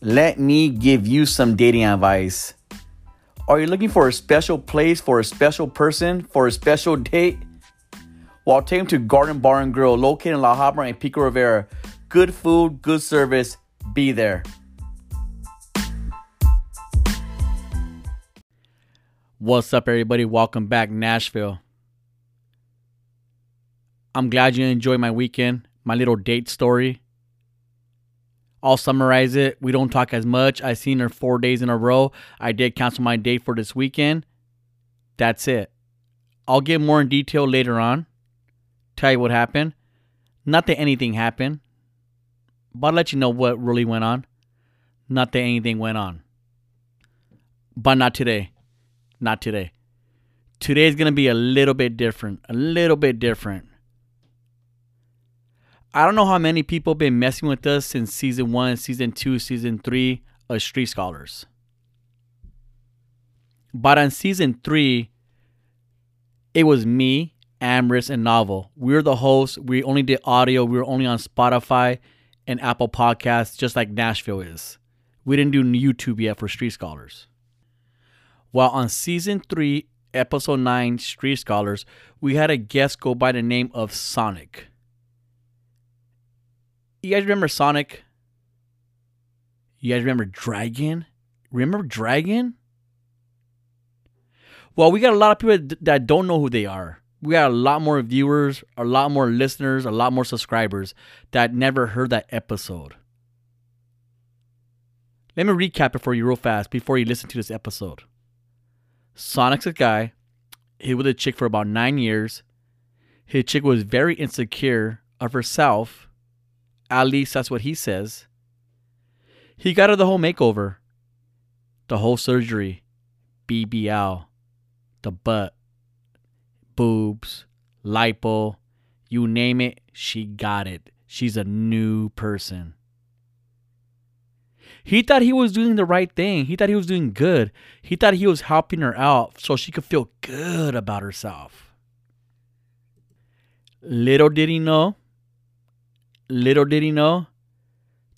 Let me give you some dating advice. Are you looking for a special place for a special person for a special date? Well, take them to Garden Bar and Grill located in La Habra and Pico Rivera. Good food, good service. Be there. What's up, everybody? Welcome back, Nashville. I'm glad you enjoyed my weekend, my little date story. I'll summarize it. We don't talk as much. I seen her four days in a row. I did cancel my date for this weekend. That's it. I'll get more in detail later on. Tell you what happened. Not that anything happened, but I'll let you know what really went on. Not that anything went on. But not today. Not today. Today's going to be a little bit different. A little bit different. I don't know how many people been messing with us since season one, season two, season three of Street Scholars. But on season three, it was me, Amris, and Novel. We were the hosts. We only did audio. We were only on Spotify and Apple Podcasts, just like Nashville is. We didn't do YouTube yet for Street Scholars. While on season three, episode nine, Street Scholars, we had a guest go by the name of Sonic you guys remember Sonic? You guys remember Dragon? Remember Dragon? Well, we got a lot of people th- that don't know who they are. We got a lot more viewers, a lot more listeners, a lot more subscribers that never heard that episode. Let me recap it for you real fast before you listen to this episode. Sonic's a guy. He was with a chick for about nine years. His chick was very insecure of herself. At least that's what he says. He got her the whole makeover, the whole surgery, BBL, the butt, boobs, lipo, you name it, she got it. She's a new person. He thought he was doing the right thing. He thought he was doing good. He thought he was helping her out so she could feel good about herself. Little did he know little did he know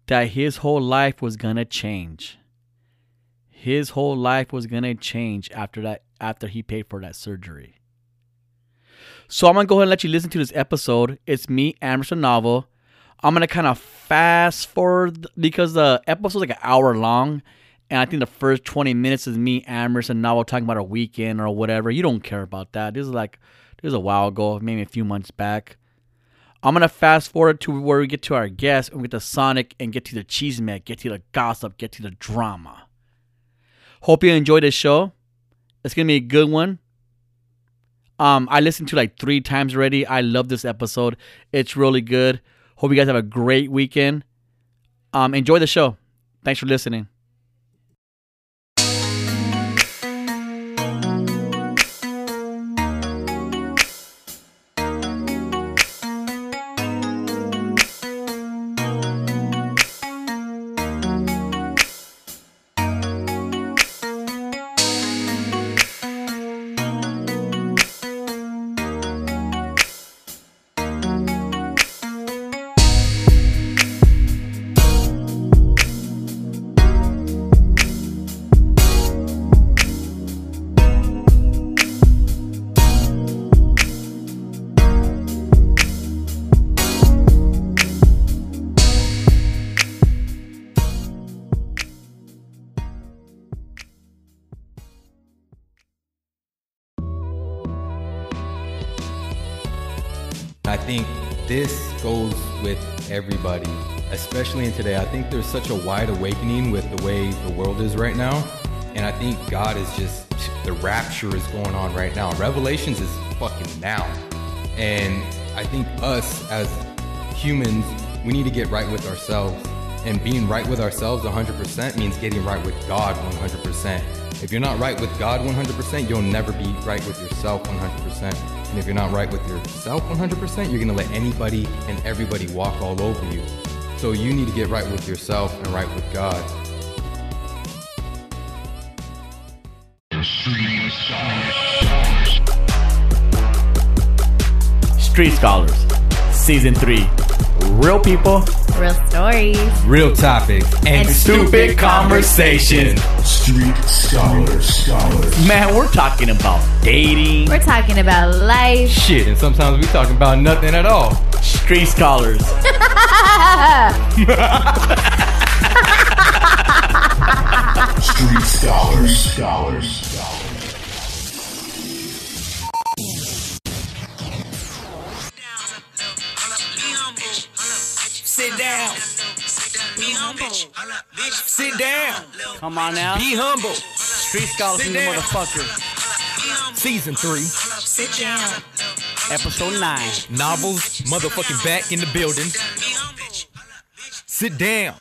that his whole life was gonna change. His whole life was gonna change after that after he paid for that surgery. So I'm gonna go ahead and let you listen to this episode. It's me, Anderson Novel. I'm gonna kind of fast forward because the episode's like an hour long. And I think the first 20 minutes is me, Anderson Novel talking about a weekend or whatever. You don't care about that. This is like this is a while ago, maybe a few months back. I'm gonna fast forward to where we get to our guest and we get to Sonic and get to the cheese man, get to the gossip, get to the drama. Hope you enjoyed this show. It's gonna be a good one. Um, I listened to like three times already. I love this episode. It's really good. Hope you guys have a great weekend. Um, enjoy the show. Thanks for listening. I think this goes with everybody, especially in today. I think there's such a wide awakening with the way the world is right now. And I think God is just, the rapture is going on right now. Revelations is fucking now. And I think us as humans, we need to get right with ourselves. And being right with ourselves 100% means getting right with God 100%. If you're not right with God 100%, you'll never be right with yourself 100%. And if you're not right with yourself 100%, you're gonna let anybody and everybody walk all over you. So you need to get right with yourself and right with God. Street Scholars, Season 3. Real people, real stories. Real topics and, And stupid stupid conversation. Street scholar, scholar. Man, we're talking about dating, We're talking about life. Shit, and sometimes we talking about nothing at all. street scholars. Street scholar, scholar, scholar. Sit down. Be humble. Sit down. Come on now, Be humble. street scholars in the motherfucker. Season three, Sit down. Episode nine. novels, motherfucking back in the building. Sit down.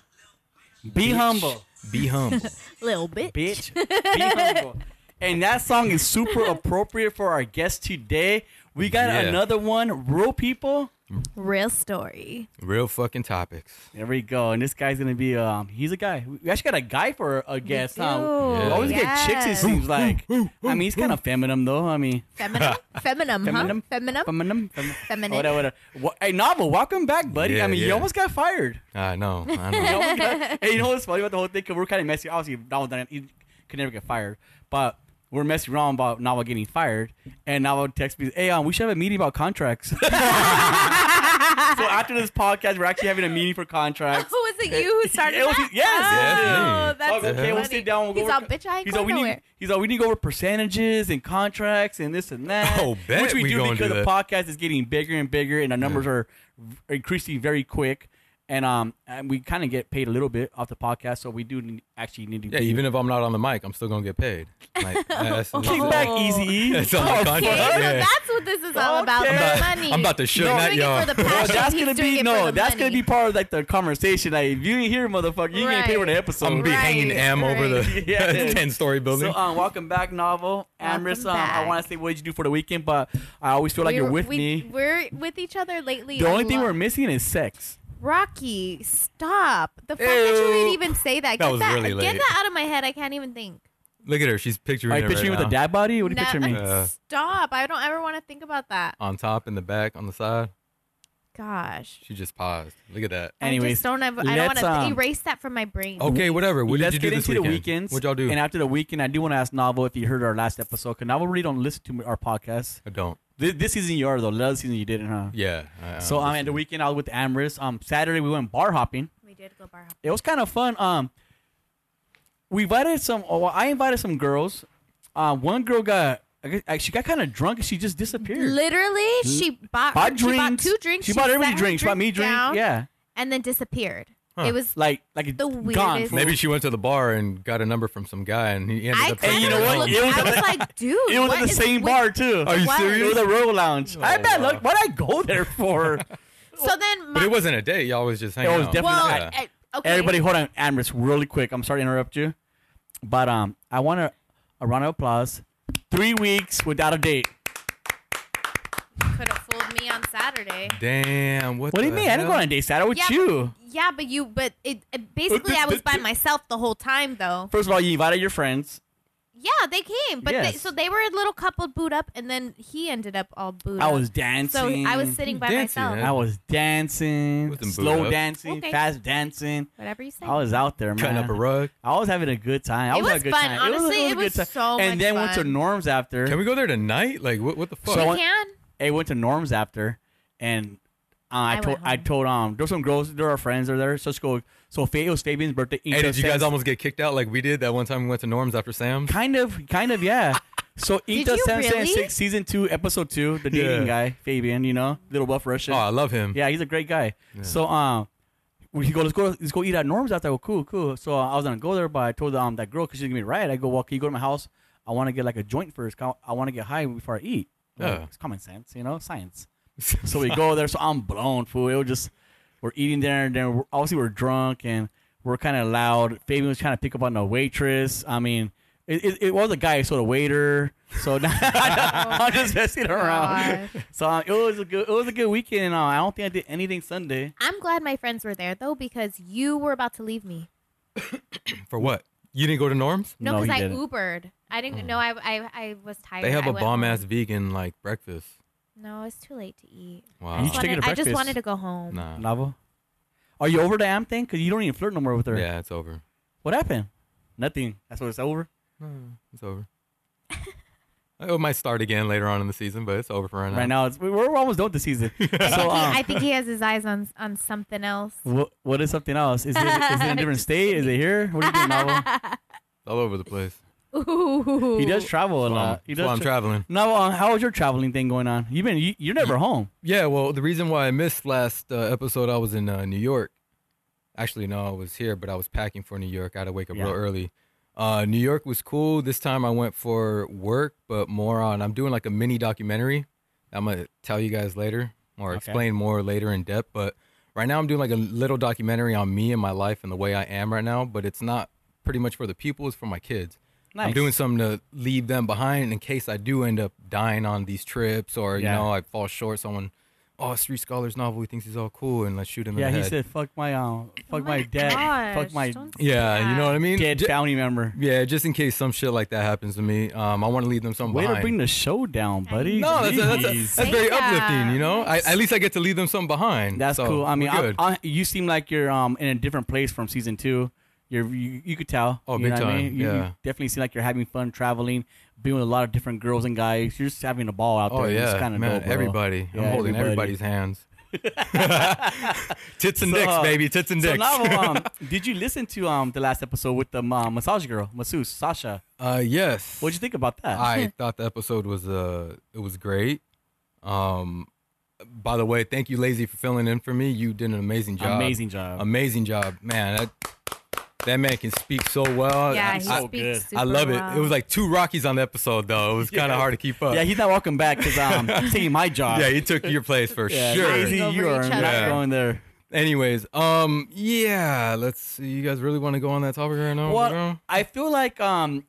Be humble, Be humble. Little bit. bitch. Be humble. And that song is super appropriate for our guest today. We got Yeah. another one, real people. Real story. Real fucking topics. There we go. And this guy's gonna be um he's a guy. We actually got a guy for a guest, do. huh? We Yeah. always get chicks, it Yes. seems like. I mean he's kinda feminine though. I mean Feminine? Feminine, huh? feminine. Feminine? Feminine. Feminine. Feminine. Whatever, whatever. Wha- Hey novel, welcome back, buddy. Yeah, I mean you yeah. almost got fired. I know. I You know. almost got- hey, you know what's funny about the whole thing? 'Cause we're kinda messy. Obviously Novel didn't- he could never get fired. But we're messing around about Novel getting fired, and Novel texts me, "Hey, um, we should have a meeting about contracts." so after this podcast, we're actually having a meeting for contracts. was it you who started It was- that? yes. Oh, Yes, me. that's okay, funny. we'll sit down. We'll go He's over, all, bitch, I ain't he's going all, we nowhere. need. He's all, we need to go over percentages and contracts and this and that. Oh, bet which we, we do gonna because do the that. podcast is getting bigger and bigger, and our numbers are v- increasing very quick. And um, and we kind of get paid a little bit off the podcast, so we do n- actually need to Yeah, even if I'm not on the mic, I'm still gonna get paid. Like, that's, kick back Oh. easy. Oh, That's on my Okay, contract. so Yeah. that's what this is all about. Okay. the I'm money. about to shoot He's that, doing y'all. It for the Well, Well, passion. that's He's gonna doing be it no. for the That's gonna money. be part of like the conversation. Like if you ain't here, motherfucker, you ain't getting paid for I'm Right. the gonna episode. be Right, hanging am over the right. Yeah. ten story building. So um, welcome back, novel. Amris, um, Welcome I back. want to say what did you do for the weekend, but I always feel like you're We're- with we, me. We're with each other lately. The I only thing love- we're missing is sex. Rocky, stop. The fact that you Ew. didn't even say that. That get was that, really Get late. that out of my head. I can't even think. Look at her; she's picturing Are you it picturing me right with a now. dad body? What do you picture me? No, Uh, Stop. I don't ever want to think about that. on top, in the back, on the side. Gosh. She just paused. Look at that. I Anyways, just don't ever, I don't want let's, to um, erase that from my brain. Okay, whatever. What let's did you do get this into weekend? the weekends. What y'all do? And after the weekend, I do want to ask Novel if you heard our last episode. Because Novel really don't listen to our podcast. I don't. This, this season you are though. Last season you didn't, huh? Yeah. I, I So don't um, at the listen. weekend I was with Amris. Um, Saturday we went bar hopping. We did go bar hopping. It was kind of fun. Um, we invited some. Oh, I invited some girls. Uh, one girl got. I guess- uh, She got kind of drunk and she just disappeared. Literally, she bought, bought she drinks. bought two drinks. She bought set everybody her drinks. She bought me drink. down, Yeah. And then disappeared. It was Like like The gone. weirdest fool. maybe she went to the bar and got a number from some guy, and he ended I up. taking kind you of know her home. what? It was I at was the- like, dude, It was what at the is same with- bar too. Are you What? It serious? was a row lounge. I Oh, bet. wow. Look, what'd I go there for? So then, my, But it wasn't a date. Y'all was just hanging It was out. definitely well, Yeah. I- I- okay. Everybody, hold on, Amris, really quick. I'm sorry to interrupt you, but um, I want a, a round of applause. Three weeks without a date. could have fooled me on Saturday. Damn. What? What do you the mean? I didn't go hell? on a date Saturday with Yeah, you. Yeah, but you, but it, it basically, th- I was th- by th- myself the whole time, though. First of all, you invited your friends. Yeah, they came, but they, Yes. so they were a little couple boot up, and then he ended up all boot I up. was dancing. So I was sitting by Dancing, myself. I was dancing, With them boot slow up. dancing, Okay. fast dancing. Whatever you say. I was out there, man. Cutting up a rug. I was having a good time. I It was having was a good fun. time. Honestly, a it good was time. so And much then went to fun. Norm's after. Can we go there tonight? Like, what? What the fuck? So you I- can. Hey, went to Norm's after, and uh, I, I told went I home. told um there's some girls, there are friends, they're there. So let's go. So Fa- it was Fabian's birthday. Hey, did you guys Says- almost get kicked out like we did that one time we went to Norm's after Sam's? Kind of, kind of, yeah. So Did Inta you Sam Sam really? Six season two episode two, the Yeah. dating guy Fabian, you know, little buff Russian. Oh, I love him. yeah, he's a great guy. So um. We go, let's go, let's go eat at Norm's after. I go, cool, cool. So uh, I was gonna go there, but I told um that girl because she's gonna be right. I go, well, can you go to my house? I want to get like a joint first. I- I want to get high before I eat. Like, Yeah. It's common sense, you know, science. So we go there. So I'm blown, fool. It was just we're eating there, and then we're, obviously we're drunk and we're kind of loud. Fabian was trying to pick up on the waitress. I mean, it, it, it was a guy, so the waiter. So now, I'm just messing Oh around. God. So um, it was a good it was a good weekend. And, uh, I don't think I did anything Sunday. I'm glad my friends were there though because you were about to leave me. For what? You didn't go to Norm's? No, No, because he I didn't. Oh. Ubered. I didn't know. I, I I was tired. They have a a bomb ass vegan like breakfast. No, it's too late to eat. Wow. I You just, should take wanted, it to I just breakfast. wanted to go home. Nah. Novel. Are you over the am thing? Cause you don't even flirt no more with her. Yeah, it's over. What happened? Nothing. That's what it's over. It's over. it might start again later on in the season, but it's over for right now. Right now, it's, we- we're almost done with the season. so, um, I think he has his eyes on on something else. what, what is something else? Is it, is it in a different state? Is it here? What are you doing, Navo? It's all over the place. Ooh. He does travel a Well, lot. He that's why does I'm traveling. Navo, how is your traveling thing going on? You've been you, you're never home. Yeah, well, the reason why I missed last uh, episode, I was in uh, New York. Actually, no, I was here, but I was packing for New York. I had to wake up Yeah. real early. Uh, New York was cool. This time I went for work, but more on. I'm doing like a mini documentary. I'm gonna tell you guys later or Okay. explain more later in depth. But right now I'm doing like a little documentary on me and my life and the way I am right now. But it's not pretty much for the people; it's for my kids. I'm Nice. doing something to leave them behind in case I do end up dying on these trips or you Yeah. know I fall short. Someone, oh, Street Scholar's novel, he thinks he's all cool, and let's shoot him. Yeah, in the he head. said, "Fuck my um, fuck my, dad, fuck Oh gosh, my don't say Yeah, you know what I mean. dead Ju- family member." yeah, just in case some shit like that happens to me, um, I want to leave them something Way to behind. bring the show down, buddy. no, that's, that's, Jeez. that's, that's very Yeah. uplifting. You know, I, at least I get to leave them something behind. That's So, cool. I mean, we're I, good. I, you seem like you're um in a different place from season two. You're you, you could tell. Oh, you big know What I time. mean? You- you, Yeah. definitely seem like you're having fun traveling, being with a lot of different girls and guys. You're just having a ball out Oh there. yeah, it's kind of man! dope, bro. everybody, Yeah, I'm holding everybody. everybody's hands. Tits and So, dicks, uh, baby. Tits and So dicks. now, um, did you listen to um the last episode with the um, massage girl, masseuse Sasha? uh, yes. What'd you think about that? I thought the episode was uh it was great. Um by the way, thank you Lazy for filling in for me. You did an amazing job. Amazing job. Amazing job. Man, that that man can speak Oh, so well. Yeah, I, he I- so speaks good. super I love well. it. It was like two Rockies on the episode though. It was kind of Yeah. hard to keep up. yeah, he's not welcome back because um he's taking my job. Yeah, he took your place for Yeah, sure. Lazy, Over you are each not other. going there. Anyways, um yeah, let's see. You guys really want to go on that topic right now? Well, bro? I feel like um,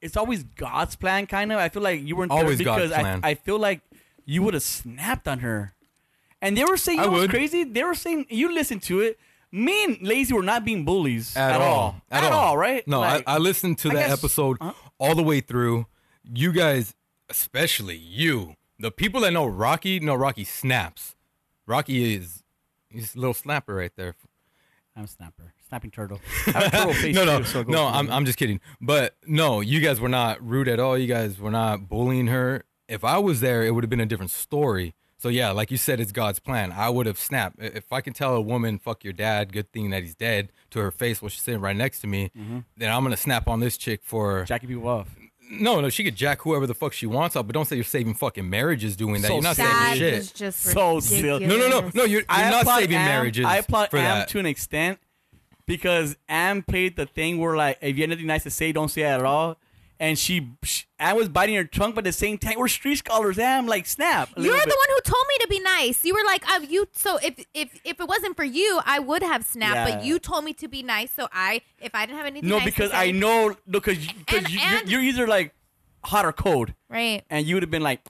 it's always God's plan, kind of. I feel like you weren't there Always God's because I, plan. I feel like you would have snapped on her. And they were saying, I you know what's would. crazy? They were saying, you listen to it. Me and Lazy were not being bullies at, all. At, all. right? No, Like, I, I listened to I that guess- episode huh? all the way through. You guys, especially you, the people that know Rocky, know Rocky snaps. Rocky is he's a little snapper right there. I'm a snapper. Snapping turtle. I have a turtle face no, no, too, so it goes no. with I'm it. I'm just kidding. But no, you guys were not rude at all. You guys were not bullying her. If I was there, it would have been a different story. So yeah, like you said, it's God's plan. I would have snapped. I- If I can tell a woman, "Fuck your dad," good thing that he's dead, to her face while she's sitting right next to me, Mm-hmm. then I'm gonna snap on this chick for jacking people off. no, no. She could jack whoever the fuck she wants up, but don't say you're saving fucking marriages doing that. So you're not That saving is shit. just So silly. ridiculous. No, no, no, no. You're, you're I not applaud saving Am- marriages. I applaud for Am that. to an extent because Am played the thing where like if you have nothing nice to say, don't say it at all. And she, she Am was biting her tongue, but at the same time we're street scholars. Am like snap. a You're little the bit. one who told me to be nice. You were like, "Oh, you." So if if if it wasn't for you, I would have snapped. But Yeah. you told me to be nice, so I if I didn't have anything. No, nice to because say- I know because you, And- because you, and- you're, you're either like hot or cold, Right. and you would have been like,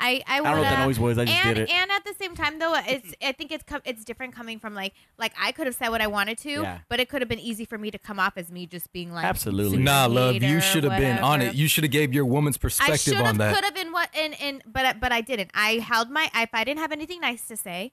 I I, don't know what wanna- that noise was. I just and, did it. And at the same time, though, it's I think it's com- it's different coming from like like I could have said what I wanted to, Yeah. but it could have been easy for me to come off as me just being like Absolutely. Nah, sweet love. or You should have been on whatever. it. You should have gave your woman's I perspective should on have, that. could have, and what, and and but but I didn't. I held my. If I didn't have anything nice to say,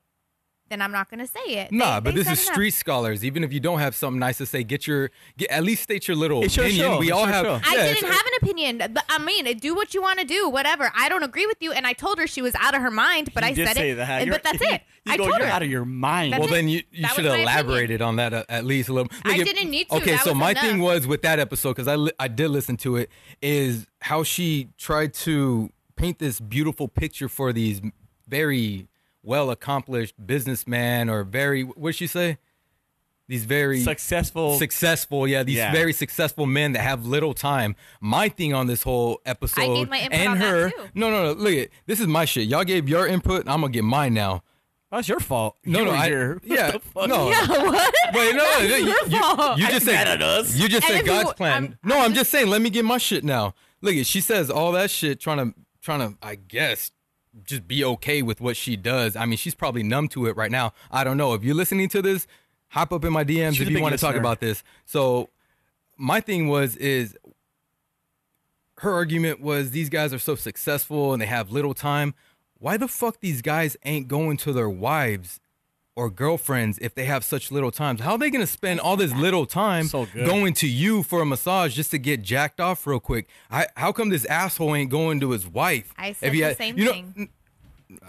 then I'm not gonna say it. Nah, They- but they this is said enough. street scholars. Even if you don't have something nice to say, get your get, at least state your little It's your opinion. show. We It's all your have. show. Yeah, I it's- didn't have an opinion. But I mean, do what you want to do, whatever. I don't agree with you, and I told her she was out of her mind. But You I did said say it, that. and- You're- but that's it. You I go, told you're her. out of your mind. That's Well, it. then you, you That should was have my opinion. elaborated on that a- at least a little. I if- didn't need to. Okay, That so was my enough. thing was with that episode because I li- I did listen to it is how she tried to paint this beautiful picture for these very well accomplished businessmen or very what'd she say these very Successful. successful yeah these Yeah. very successful men that have little time my thing on this whole episode my input and on that, her too. no no no look at this is my shit y'all gave your input i'm gonna get mine now That's your fault. no you no were I, here. What yeah the fuck? no what? Wait, no, no, no, you, you- your fault. you Are you just said mad at us? You just And said if you- God's plan. I'm- no, I'm just saying. Let me get my shit now. Look, she says all that shit, trying to, trying to, I guess, just be okay with what she does. I mean, she's probably numb to it right now. I don't know. If you're listening to this, hop up in my DMs She's a if you big want to talk listener. about this. So, my thing was is her argument was these guys are so successful and they have little time. Why the fuck these guys ain't going to their wives or girlfriends if they have such little times? How are they gonna spend all this little time So good. going to you for a massage just to get jacked off real quick? I, how come this asshole ain't going to his wife? I If said he the had- same you know- thing.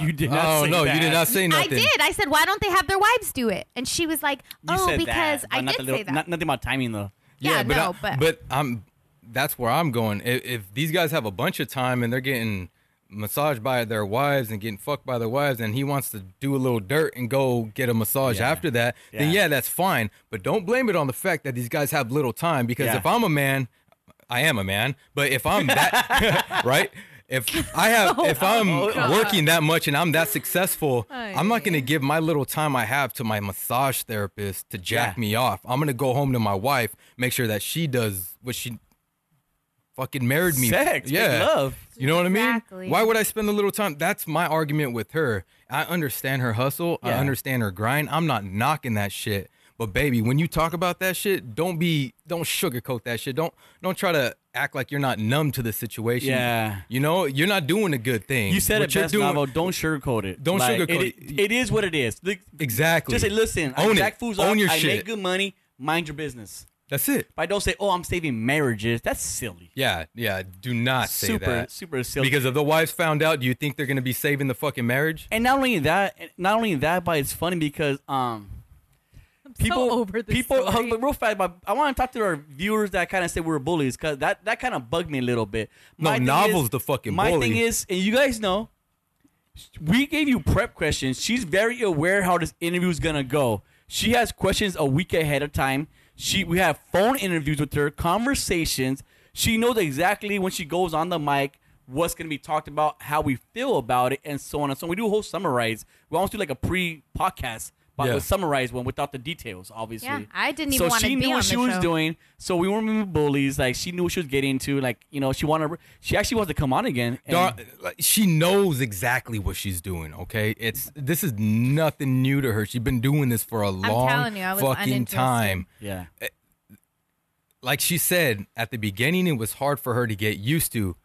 You did not Oh say no, that. you did not say I nothing. did. I said, why don't they have their wives do it? And she was like, You oh, said because that, I but not did the little- say that. not- nothing about timing though. yeah, but no, I- but, I'm that's where I'm going. If, if these guys have a bunch of time and they're getting massaged by their wives and getting fucked by their wives, and he wants to do a little dirt and go get a massage Yeah. after that, then Yeah. yeah, that's fine. But don't blame it on the fact that these guys have little time because Yeah. if I'm a man, I am a man. But if I'm that right. If I have, if I'm working that much and I'm that successful, I'm not gonna give my little time I have to my massage therapist to jack Yeah. me off. I'm gonna go home to my wife, make sure that she does what she fucking married me. for. Sex, make love. You know what I mean? Exactly. Why would I spend a little time? That's my argument with her. I understand her hustle. I Yeah. understand her grind. I'm not knocking that shit. But baby, when you talk about that shit, don't be don't sugarcoat that shit. Don't don't try to act like you're not numb to the situation. Yeah. You know, you're not doing a good thing. You said What it you're best, doing- Navo. Don't sugarcoat it. Don't it- sugarcoat it. It is what it is. The- Exactly. Just say, listen, I Own jack it. fools Own up, your I shit. make good money. Mind your business. That's it. If I don't say, oh, I'm saving marriages, that's silly. Yeah, yeah. Do not say super, that. super silly. Because if the wives found out, do you think they're gonna be saving the fucking marriage? and not only that, not only that, but it's funny because um, people over this people. uh, story. but real fast, but I want to talk to our viewers that kind of say we're bullies because that that kind of bugged me a little bit. No, thing Novel's the fucking my bully. thing is, and you guys know, we gave you prep questions. She's very aware how this interview is gonna go. She has questions a week ahead of time. She we have phone interviews with her, conversations. She knows exactly when she goes on the mic what's gonna be talked about, how we feel about it, and so on and so on. We do a whole summarize. We almost do like a pre podcast, but Yeah. we summarize one without the details, obviously. Yeah, I didn't even So wanna she be knew on what the she was show. doing. So we weren't even bullies. Like she knew what she was getting into. Like you know, she wanted. She actually wants to come on again. and- Dar- like, she knows exactly what she's doing. Okay, it's this is nothing new to her. She's been doing this for a long telling you, I was fucking uninterested. time. yeah. Like she said at the beginning, it was hard for her to get used to.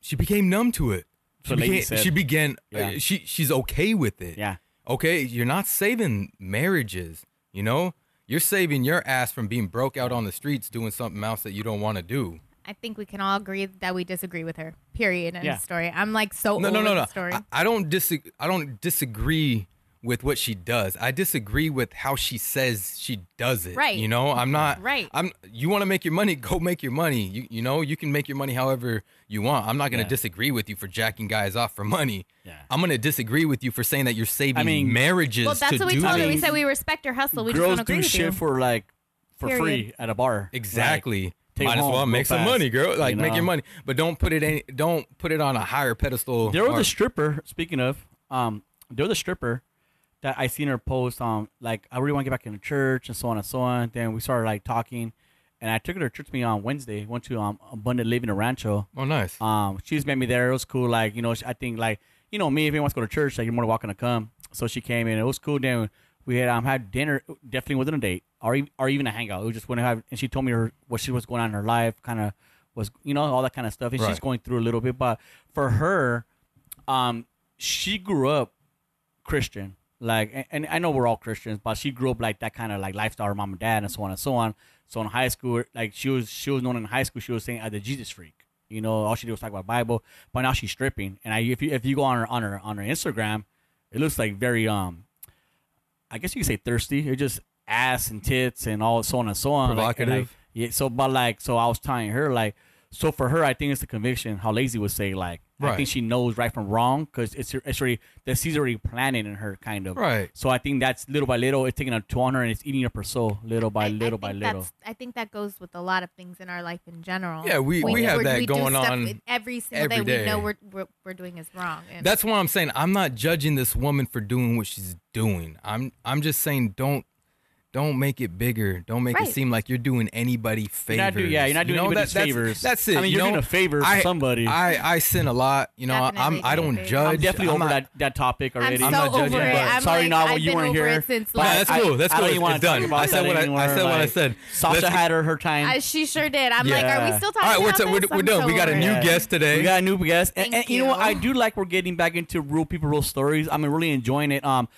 She became numb to it. She So lady began. said. She began. uh, Yeah. she she's okay with it. Yeah. Okay, you're not saving marriages. You know, you're saving your ass from being broke out on the streets doing something else that you don't want to do. I think we can all agree that we disagree with her. Period. End Yeah. of story. I'm like so no, old no, no, no. with the story. I, I don't disagree. I don't disagree with what she does. I disagree with how she says she does it. Right. You know, I'm not. Right. I'm. You want to make your money? Go make your money. You you know you can make your money however you want. I'm not gonna Yeah. disagree with you for jacking guys off for money. Yeah. I'm gonna disagree with you for saying that you're saving I mean- marriages. well, that's to what we do told her. things. We said we respect her hustle. We just girls don't agree do with shit you. for like for Period. free at a bar. Exactly. Take Might it as home well real make some fast, money, girl. you Like make know? your money, but don't put it any. Don't put it on a higher pedestal. Like, there was or- a stripper. Speaking of, um, there was a stripper that I seen her post. Um, like I really want to get back into church and so on and so on. Then we started like talking, and I took her to church with me on Wednesday. Went to um Abundant Living in Rancho. oh, nice. Um, she just met me there. It was cool. Like you know, she- I think like you know me if anyone wants to go to church, like you're more than welcome to come. So she came in. It was cool. Then we had um had dinner. Definitely wasn't a date or even, or even a hangout. It was just when I have and she told me her what she was going on in her life, kind of was you know all that kind of stuff. And she's Right. going through a little bit, but for her, um, she grew up Christian. Like, and, and I know we're all Christians, but she grew up like that kind of like lifestyle, her mom and dad, and so on and so on. So in high school, like she was, she was known in high school. She was saying as a Jesus freak. You know, all she did was talk about Bible. But now she's stripping, and I, if you if you go on her on her on her Instagram, it looks like very um, I guess you could say thirsty. It just ass and tits and all so on and so on. Like, and, like, Provocative. yeah. So, but like, so I was telling her like, so for her, I think it's the conviction. How lazy would say like, I Right. think she knows right from wrong because it's it's already the seed's already planted in her kind of. Right. So I think that's little by little, it's taking a toll on her and it's eating up her soul little by I- I little by think little. that's- I think that goes with a lot of things in our life in general. Yeah, we- we have we're- that we do going stuff on with every single every day. day. We know we're, we're we're doing is wrong. And That's why I'm saying I'm not judging this woman for doing what she's doing. I'm I'm just saying don't don't make it bigger. Don't make Right. it seem like you're doing anybody You're favors. not do- yeah, you're not You doing know, anybody's that- that's- favors. That's, it. I mean, you you're doing know? a favor for I- somebody. I I sin a lot. You know, I'm Definitely I don't doing a favor. judge. I'm definitely over not- that, that topic I'm already. so I'm not over judging, it. but- I'm sorry, like, Novel, I've you been weren't over here. it since But No, like that's cool. That's I don't cool. even wanna It's talk done. about I said that what I- I anymore. said what I Like, said. Sasha Let's- had her her time. I, she sure did. I'm like, Yeah. are we still All talking right, we're, about t- we're, this? we're I'm done. so We got a over new it. guest today. We got a new guest, and, Thank and you know what? you. I do like we're getting back into real people, real stories. I'm really enjoying it. Um,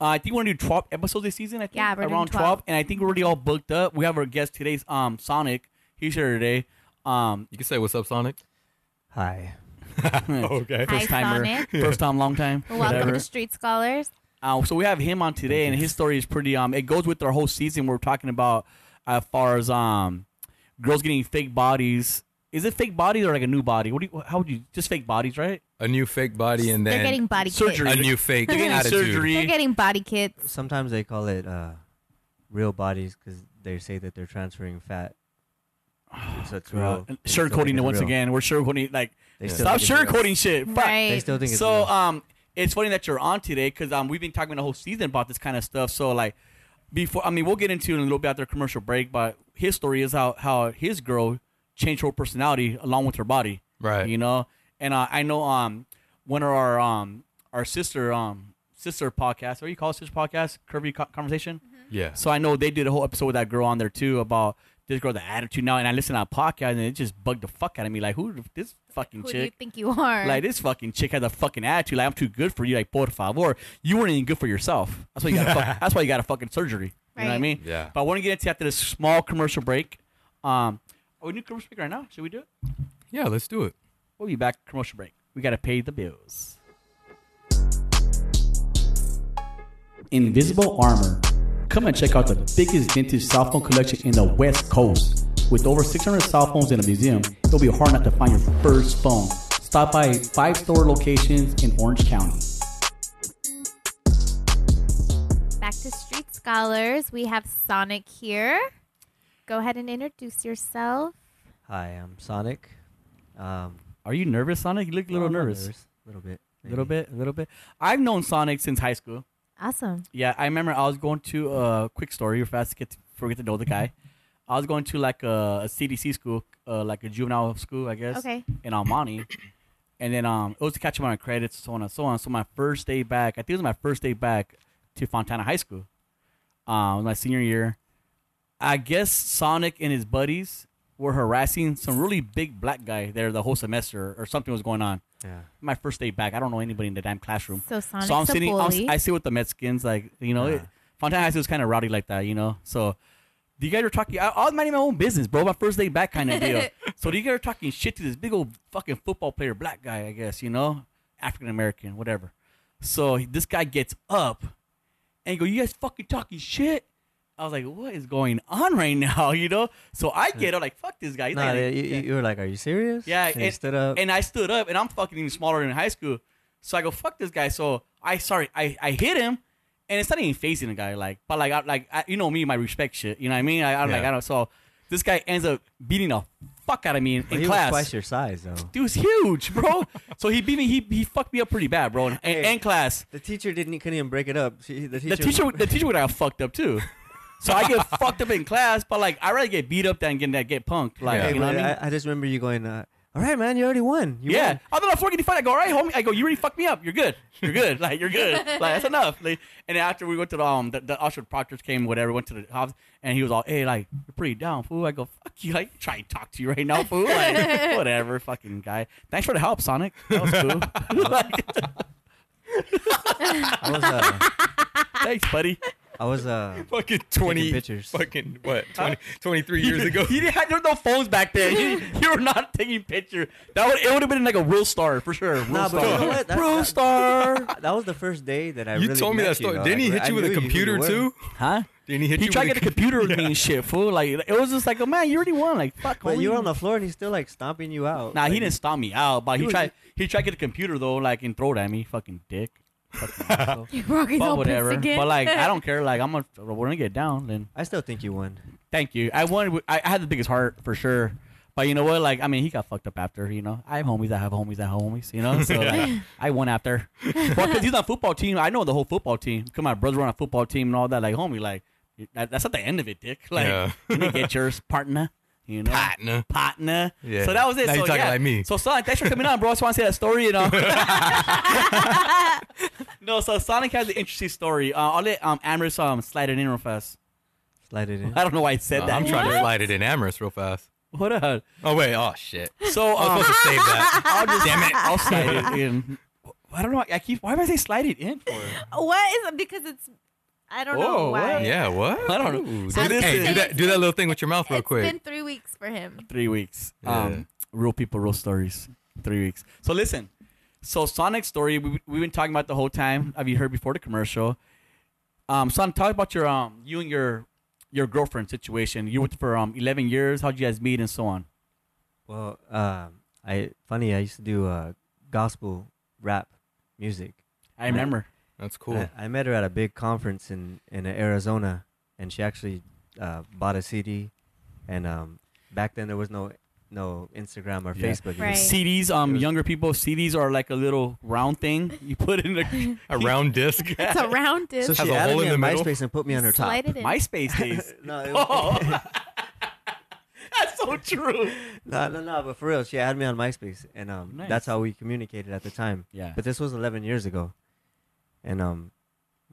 Uh, I think we're gonna do twelve episodes this season. I think Yeah, we're doing around 12. and I think we're already all booked up. We have our guest today's um Sonic. He's here today. Um, You can say what's up, Sonic. Hi. okay. Hi, first timer, Sonic. first time, long time. Welcome whatever. to Street Scholars. Uh, so we have him on today, and his story is pretty. Um, it goes with our whole season. We're talking about as far as um, girls getting fake bodies. Is it fake bodies or like a new body? What do you? How would you? Just fake bodies, right? A new fake body and They're then getting body surgery. kits. a new fake They're getting attitude. surgery. They're getting body kits. Sometimes they call it uh, real bodies because they say that they're transferring fat. So it's real. They still think Sugarcoating it it's once real. again. We're sugarcoating. Like They still stop think it's real. sugarcoating shit. Fuck. Right. They still think it's so real. um it's funny that you're on today because um we've been talking the whole season about this kind of stuff so like before i mean we'll get into it in a little bit after commercial break but his story is how how his girl changed her personality along with her body Right. you know and uh, i know um one of our um our sister um sister podcast what do you call it sister podcast kirby Co- conversation Yeah. so I know they did a whole episode with that girl on there too about this girl, the attitude now. And I listened to a podcast and it just bugged the fuck out of me. Like, who the- this fucking Who do you chick? think you are? Like, this fucking chick has a fucking attitude. Like, I'm too good for you. Like, por favor, you weren't even good for yourself. That's why you got. to fuck, that's why you got a fucking surgery. You know what I Right. mean? Yeah. But I want to get into after this small commercial break. Um, are we doing commercial break right now? Should we do it? Yeah, let's do it. We'll be back commercial break. We gotta pay the bills. Invisible Armor. Come and check out the biggest vintage cell phone collection in the West Coast. With over 600 cell phones in a museum, it'll be hard not to find your first phone. Stop by five store locations in Orange County. Back to Street Scholars. We have Sonic here. Go ahead and introduce yourself. Hi, I'm Sonic. Um, Are you nervous, Sonic? You look a I'm little not nervous. A little bit. A maybe. little bit, a little bit. I've known Sonic since high school. Awesome. Yeah, I remember I was going to a uh, quick story. If I get to, forget to know the guy, I was going to like a, a CDC school, uh, like a juvenile school, I guess. Okay. In Almani, and then um, it was to catch up on my credits, so on and so on. So my first day back, I think it was my first day back to Fontana High School, um, my senior year. I guess Sonic and his buddies were harassing some really big black guy there the whole semester, or something was going on. Yeah. My first day back, I don't know anybody in the damn classroom So Sonic's so I'm a sitting. I'm, bully. I see what the Mexicans like. You know, it, Fontana High School is kind of rowdy like that. You know, so you guys are talking. I, I was minding my own business, bro. My first day back, kind of deal. so you guys are talking shit to this big old fucking football player, black guy, I guess. You know, African American, whatever. So this guy gets up and go, "You guys fucking talking shit." I was like, "What is going on right now?" You know. So I get up like, "Fuck this guy." He's No, like- they- you, you were like, "Are you serious?" yeah, and, you stood up. and I stood up, and I'm fucking even smaller than in high school. So I go, fuck this guy. So I sorry, I, I hit him, and it's not even facing the guy, like, but like, I, like I, you know me, my respect shit. You know what I mean? I, I'm like, Yeah. I don't. So this guy ends up beating the fuck out of me in, But in he was class. twice your size, though. Dude was huge, bro. so he beat me. He he fucked me up pretty bad, bro. In, in- Hey. in class, The teacher didn't couldn't even break it up. She, the teacher. the teacher the teacher would have fucked up too. So I get fucked up in class, but like I rather get beat up than get that get punked. Like Yeah. Hey, you know what but I mean? I, I just remember you going, uh, "All right, man, you already won. You yeah. won." I thought I was fucking fight. I go, all right, homie. I go, you already fucked me up. You're good. You're good. Like you're good. Like that's enough. Like, and then after we went to the um the, the usher proctors came, whatever, went to the house, and he was all, hey, like you're pretty down, fool. I go, fuck you. Like try and talk to you right now, fool. Like whatever, fucking guy. Thanks for the help, Sonic. That was cool. like, I was, uh, thanks, buddy. I was, uh, Fucking Taking 20 pictures. fucking what? 20, 23 years ago. you didn't have, there were no phones back then. You, you were not taking picture. That would it would have been like a real star for sure. Real Nah, but star. you know what? That- real that- star. that was the first day that I You really told me met that you, story. though. Didn't he Like, hit I you with a knew who computer were. too? Huh? Didn't he hit He you tried to with get a computer with me and shit, fool. Like it was just like, oh man, you already won. Like fuck. But homie. you were on the floor and he's still like stomping you out. Nah, he Like, didn't stop me out, but he, He was- tried. He tried to get a computer though, like and throw it at me, fucking dick. Fucking asshole. but whatever. But like, I don't care. Like I'm gonna, we're gonna get down. Then I still think you won. thank you. I wanted. with- I, I had the biggest heart for sure. But you know what? Like, I mean, he got fucked up after. You know, I have homies. I have homies. I have homies. You know, so like, I won after. Well, because he's on football team. I know the whole football team. Cause my brother on a football team and all that. Like, homie, like that, that's not the end of it, dick. Like, Yeah. you need to get yours, partner. You know, Partner. partner. Yeah. So that was it. Now so you're talking yeah. like me. So Sonic, thanks for coming on, bro. I just want to say that story, you know. no, so Sonic has an interesting story. Uh, I'll let um Amherst um slide it in real fast. Slide it in. I don't know why I said that. I'm trying to slide it in amorous real fast. What up? Oh wait, oh shit. So I um, was supposed to save that. I'll just damn it. I'll slide it in. I don't know. I keep. Why was I sliding in for? What is it? Because it's. I don't know Whoa, why. what? Yeah, what? Oh, I don't know. Ooh, So do- this hey, is- do that, do that little thing with your mouth real It's quick. been three weeks for him. Three weeks. Yeah. Um, real people, real stories. Three weeks. So listen. So Sonic's story, we, we've been talking about the whole time. Have you heard before the commercial? Um, Sonic, talk about your um, you and your your girlfriend situation. You were for um eleven years. How'd you guys meet and so on? Well, um, I funny. I used to do uh, gospel rap music. I remember. That's cool. I, I met her at a big conference in in Arizona, and she actually uh, bought a CD. And um, back then there was no no Instagram or Yeah. Facebook. It Right. was- CDs. Um, It was- younger people, CDs are like a little round thing you put in a a round disc. It's a round disc. So Has she a added hole me in on the middle? MySpace and put me on her top. Slide it in. MySpace days. No, it oh, was- that's so true. no, no, no. But for real, she had me on MySpace, and um, Nice. that's how we communicated at the time. Yeah. But this was 11 years ago, and um,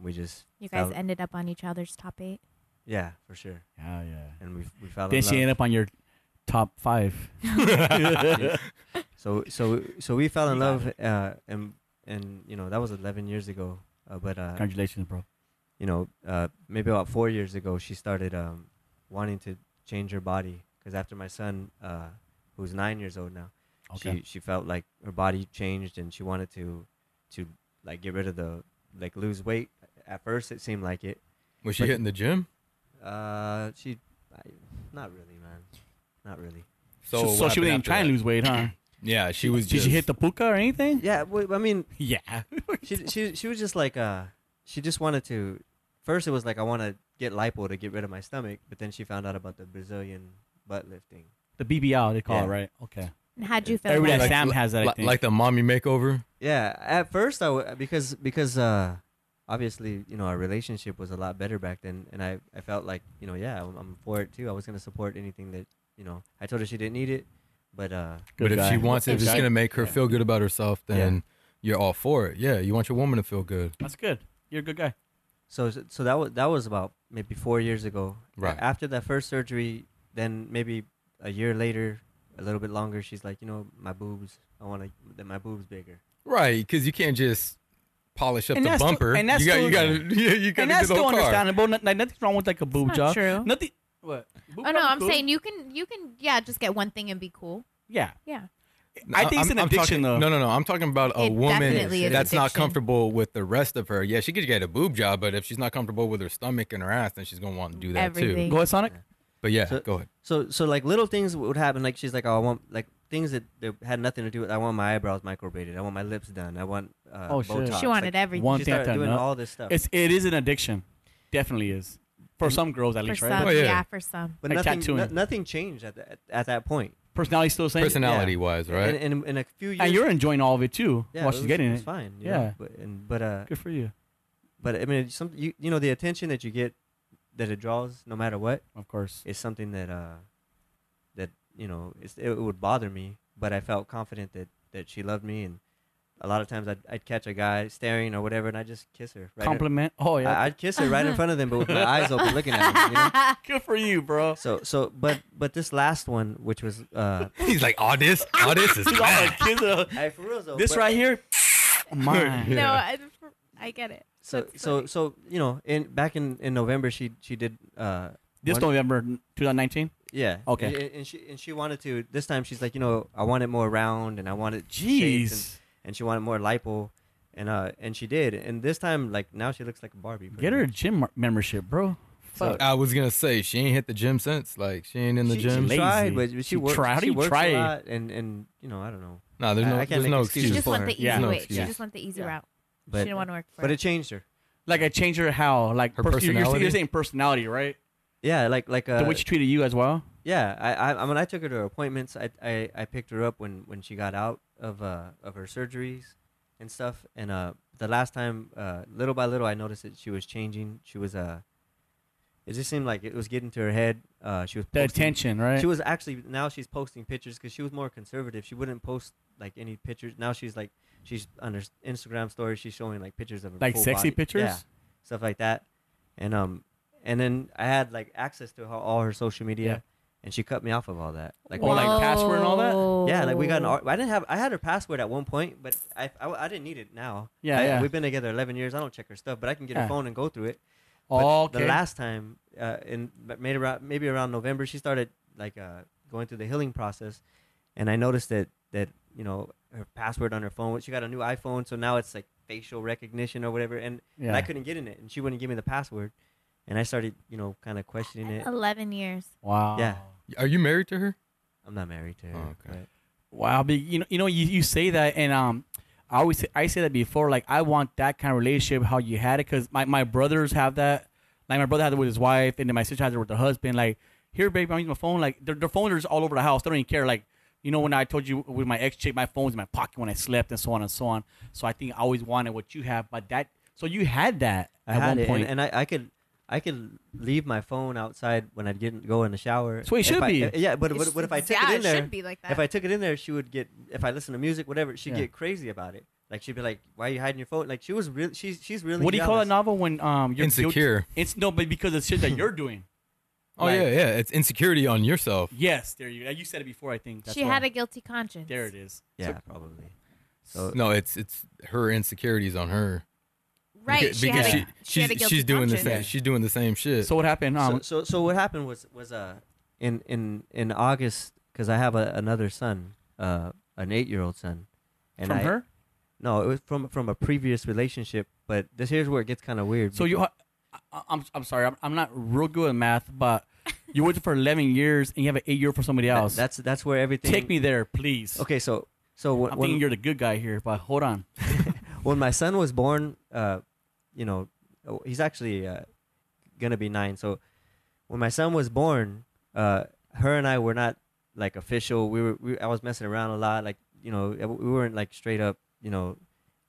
we just you guys fell- ended up on each other's top eight. yeah, for sure. Oh yeah. And we we fell Then in she love. ended up on your top five. So so so we fell in You got love, uh, and and you know that was 11 years ago. Uh, but uh, Congratulations, bro. you know, uh, maybe about four years ago, she started um, wanting to change her body because after my son, uh, who's nine years old now, Okay. she she felt like her body changed and she wanted to to like get rid of the like lose weight. At first, it seemed like it. Was she hitting the gym? Uh, she, I, not really, man, not really. So, so, what she happened didn't after try and that? lose weight, huh? Yeah, she was. Did just, she hit the puka or anything? Yeah, well, I mean, Yeah. she she she was just like uh she just wanted to first it was like I want to get lipo to get rid of my stomach, but then she found out about the Brazilian butt lifting. the BBL they call Yeah. it, right? Okay. And how'd you feel? Everybody about has it? Sam has that. I Li- think. like the mommy makeover? Yeah, at first I w- because because uh obviously, you know, our relationship was a lot better back then and I I felt like, you know, yeah, I'm, I'm for it too. I was going to support anything that, you know, I told her she didn't need it, but uh but if guy. she wants it, if it's guy. gonna make her feel good about herself, then you're all for it. Yeah, you want your woman to feel good. that's good. You're a good guy. So so that was that was about maybe four years ago. Right. A- After that first surgery, then maybe a year later, a little bit longer, she's like, you know, my boobs. I want to my boobs bigger. Right, because you can't just polish up And the that's still- bumper. and that's you got, you got, still- yeah, you got And to do that's the still whole car. understandable. Not, like, nothing's wrong with like a boob not job. true. Nothing. What? Boob Oh job no, is I'm cool. saying you can you can yeah just get one thing and be cool. Yeah. Yeah. I think it's an talking- addiction, though. No, no, no. I'm talking about a It woman definitely is that's not addiction. comfortable with the rest of her. Yeah, she could get a boob job, but if she's not comfortable with her stomach and her ass, then she's gonna want to do that Everything. too. Go ahead, Sonic. But yeah, So- go ahead. So so like little things would happen. Like she's like, oh, I want like things that, that had nothing to do with. I want my eyebrows microbraided. I want my lips done. I want uh, Oh, shit. Botox. She wanted like, everything. One she thing started after doing another. all this stuff. It's it is an addiction. Definitely is. Mm. For some girls, at For least, some, right? Oh, yeah. yeah. for some. but like nothing, tattooing. no- nothing changed at, the, at at that point. Personality still the same. Personality wise, right? And, and in a few years, And you're enjoying all of it too. yeah, while it she's was- getting was it. fine. you Yeah. know, but and but uh, Good for you. but I mean, it's some you you know the attention that you get, that it draws, no matter what, Of course. is something that uh, that you know it's, it, would bother me. But I felt confident that that she loved me, and a lot of times I'd, I'd catch a guy staring or whatever, and I would just kiss her. Right in- Compliment. Oh yeah. I, I'd kiss her right in front of them, but with my eyes open, looking at them. You know? Good for you, bro. So so but but this last one, which was uh, He's like, oh, this, oh, this is bad. I, for real, though, uh, this but- right here. Mine. No, I, I get it. So That's so funny. so you know, in back in in November, she she did uh. This one- November 2019. Yeah. Okay. And, and- and she and she wanted to this time. She's like, you know, I want it more round, and I want it shaped, and, Jeez. and she wanted more lipo, and uh, and she did. And this time, like now, she looks like a Barbie. pretty Get her a much. gym mar- membership, bro. Fuck. I was gonna say she ain't hit the gym since. Like she ain't in the she, gym. lazy. She tried, but she, She worked. try- how do she you works try? a lot, and and you know, I don't know, No, there's I- no, I can't there's make no excuses excuse. She She's just for wanted her. the easy Yeah. No way. She excuse. just wanted the easy Yeah. route. but she didn't want to work for but it. it changed her. like I changed her how, like Her pers- you're- you're- You're, personality? saying personality, right? Yeah, like like uh, the way she treated you as well. yeah. I, I I mean, I took her to her appointments. I I, I picked her up when, when she got out of uh of her surgeries and stuff. And uh, the last time, uh, little by little, I noticed that she was changing. She was uh, it just seemed like it was getting to her head. Uh, she was The posting- attention, right? She was actually now she's posting pictures because she was more conservative. She wouldn't post like any pictures. Now she's like she's on her s- Instagram story. She's showing like pictures of her Like full sexy body. pictures? yeah, stuff like that. And um, and then I had like access to her, all her social media, and she cut me off of all that. Like, Or, we- like, password and all that? yeah, like we got an. ar- I didn't have. I had her password at one point, but I I, I didn't need it now. Yeah, I- yeah. We've been together 11 years. I don't check her stuff, but I can get Yeah. her phone and go through it. Oh, But The last time, uh, in but made around maybe around November, she started like uh, going through the healing process, and I noticed that that you know her password on her phone. She got a new iPhone, so now it's like facial recognition or whatever, and, and Yeah. I couldn't get in it, and she wouldn't give me the password, and I started you know kind of questioning it. Eleven years. wow. Yeah, Are you married to her? I'm not married to her. Oh, okay. but- Wow, but you know, you know, you, you say that, and um, I always say, I say that before. Like, I want that kind of relationship how you had it, because my, my brothers have that. Like, my brother had it with his wife, and then my sister has it with her husband. Like, here, baby, I'm using my phone. Like, their their phones are just all over the house. They don't even care. Like, you know, when I told you with my ex chick, my phone's in my pocket when I slept, and so on and so on. So I think I always wanted what you have, but that. So you had that I at had one it, point. and, and I, I could I could leave my phone outside when I'd get go in the shower. That's what it If should I- be. eh, yeah, but what, what if I took yeah, it in there? should be like that. if I took it in there, she would get. If I listen to music, whatever, she'd Yeah. get crazy about it. Like she'd be like, "Why are you hiding your phone?" Like she was real. She's she's really. what do you call that jealous. novel when um you're guilty- Insecure. It's no, but because it's shit that you're doing. Oh Like- yeah, yeah. It's insecurity on yourself. Yes, there you. You said it before. I think that's she why. had a guilty conscience. There it is. Yeah, probably. So No, it's it's her insecurities on her. Right. Beca- Because, she, had a, she- she had a she's, guilty she's doing the conscience. same. She's doing the same shit. So what happened? Uh, so, Um, so so what happened was was uh in in in August because I have a, another son, uh, an eight year old son, and from I- her. No, it was from from a previous relationship. But this here's where it gets kind of weird. So you, uh, I, I'm I'm sorry, I'm, I'm not real good at math, but you worked for 11 years and you have an eight year for somebody That- else. that's that's where everything. Take me there, please. Okay, so so when, I'm when, thinking you're the good guy here, but hold on. when my son was born, uh, you know, oh, he's actually uh, gonna be nine. So when my son was born, uh, her and I were not like official. We were we, I was messing around a lot. Like you know, uh, we weren't like straight up. You know,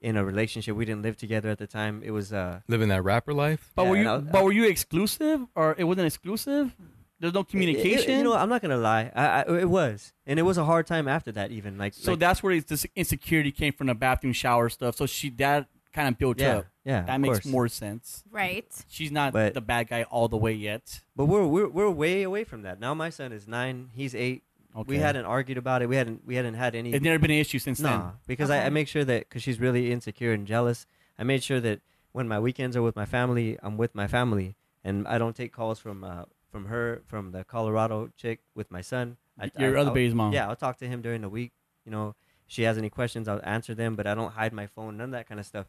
in a relationship. We didn't live together at the time. It was uh, Living that rapper life. But Yeah, were you and I'll- but were you exclusive or it wasn't exclusive? There's no communication. You, know, I'm not gonna lie. I, I it was, and it was a hard time after that. Even like so like, that's where it's, this insecurity came from the bathroom shower stuff. So she that kind of built yeah up. yeah That of makes course. more sense. Right. She's not But- the bad guy all the way yet. But we're we're we're way away from that now. My son is nine. He's eight. Okay. We hadn't argued about it. We hadn't we hadn't had any. It's never been an issue since Nah, because I, I Okay. make sure that because she's really insecure and jealous. I made sure that when my weekends are with my family, I'm with my family, and I don't take calls from uh, from her from the Colorado chick with my son. I, then. Your I- other I'll- baby's mom. Yeah, I'll talk to him during the week. You know, if she has any questions, I'll answer them, but I don't hide my phone, none of that kind of stuff.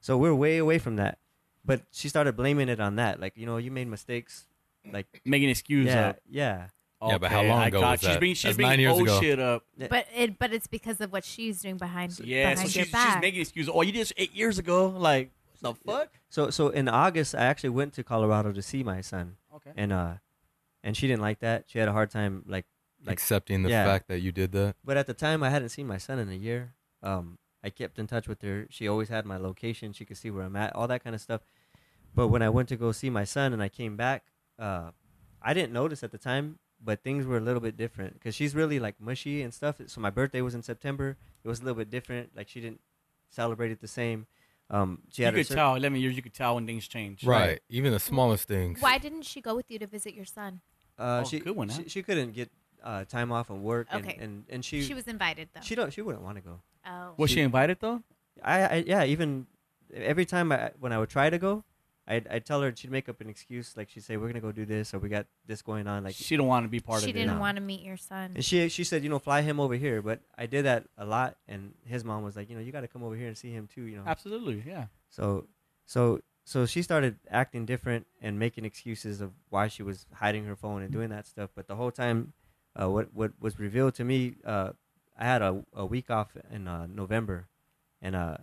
So we're way away from that. But she started blaming it on that, like you know, you made mistakes, like Making excuses. yeah, yeah. Yeah, but how long I ago was got you. She's that? bringing, she's That's bringing nine years old ago. shit up. But it but it's because of what she's doing behind, Yeah, so behind your she's, she's back. making excuses. Oh, you did this eight years ago. Like, what the fuck? So so in August, I actually went to Colorado to see my son, Okay. and uh, and she didn't like that. She had a hard time like like. Accepting the yeah. fact that you did that. But at the time, I hadn't seen my son in a year. Um, I kept in touch with her. She always had my location. She could see where I'm at, all that kind of stuff. But when I went to go see my son and I came back, uh, I didn't notice at the time, but things were a little bit different because she's really like mushy and stuff. So my birthday was in September. It was a little bit different. Like she didn't celebrate it the same. Um, she You had her could cer- tell. 11 years, you could tell when things change. Right. Even the smallest things. Why didn't she go with you to visit your son? Uh, Oh, she, good one, huh? she she couldn't get uh, time off and work. Okay. And, and, and she She was invited though. she don't she wouldn't want to go. oh. Was she invited, though? I, I yeah even every time I when I would try to go, I'd, I'd tell her she'd make up an excuse like she'd say we're gonna go do this or we got this going on like she don't want to be part she of didn't it. No. want to meet your son. and she she said you know fly him over here but I did that a lot and his mom was like you know you got to come over here and see him too you know Absolutely, yeah. so so so she started acting different and making excuses of why she was hiding her phone and doing that stuff. But the whole time, uh, what what was revealed to me, uh, I had a, a week off in uh, November, and uh,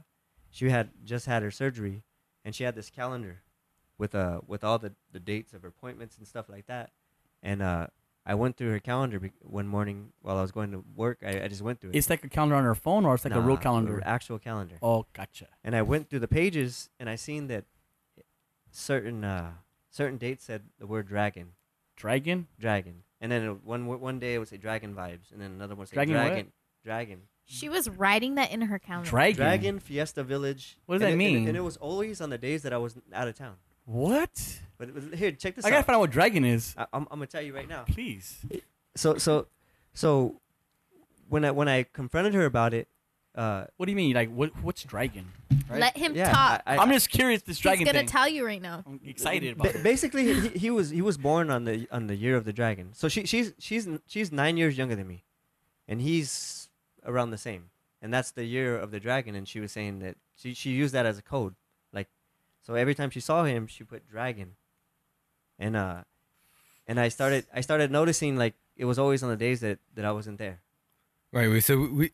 she had just had her surgery, and she had this calendar with uh with all the, the dates of her appointments and stuff like that. And uh, I went through her calendar be- one morning while I was going to work. I, I just went through it. It's like a calendar on her phone, or it's like a real Nah, calendar. actual calendar Oh, gotcha. and I went through the pages and I seen that certain uh, certain dates said the word dragon, Dragon? dragon, and then it- one wo- one day it would say dragon vibes, and then another one would say Dragon dragon, what? dragon, dragon, She was writing that in her calendar. Dragon? Fiesta Village. What does that And it- and it- mean? And, it was always on the days that I was out of town. What? But it was, here, check this I gotta out. find out what dragon is. I, I'm, I'm gonna tell you right now. Please. so so so when I when I confronted her about it, uh, What do you mean? Like, what? What's dragon? Right? Let him yeah, talk. I, I, I'm just curious. This He's dragon gonna thing. tell you right now. I'm excited ba- about. it. basically he, he was he was born on the on the year of the dragon. So she she's she's she's nine years younger than me, and he's around the same. And that's the year of the dragon. And she was saying that she she used that as a code, like so every time she saw him, she put dragon. And uh, and I started I started noticing like it was always on the days that that I wasn't there. Right. we- So we,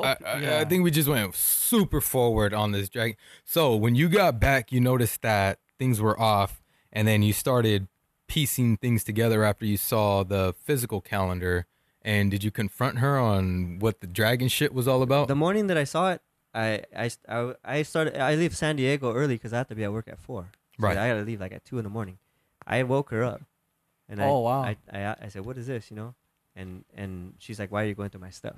I, I, I think we just went super forward on this dragon. So when you got back, you noticed that things were off, and then you started piecing things together after you saw the physical calendar. And did you confront her on what the dragon shit was all about? The morning that I saw it, I I st- I, I started. I leave San Diego early because I have to be at work at four. So Right. I gotta leave like at two in the morning. I woke her up, and I, Oh, wow. I, I I said, "What is this?" You know, and and she's like, "Why are you going through my stuff?"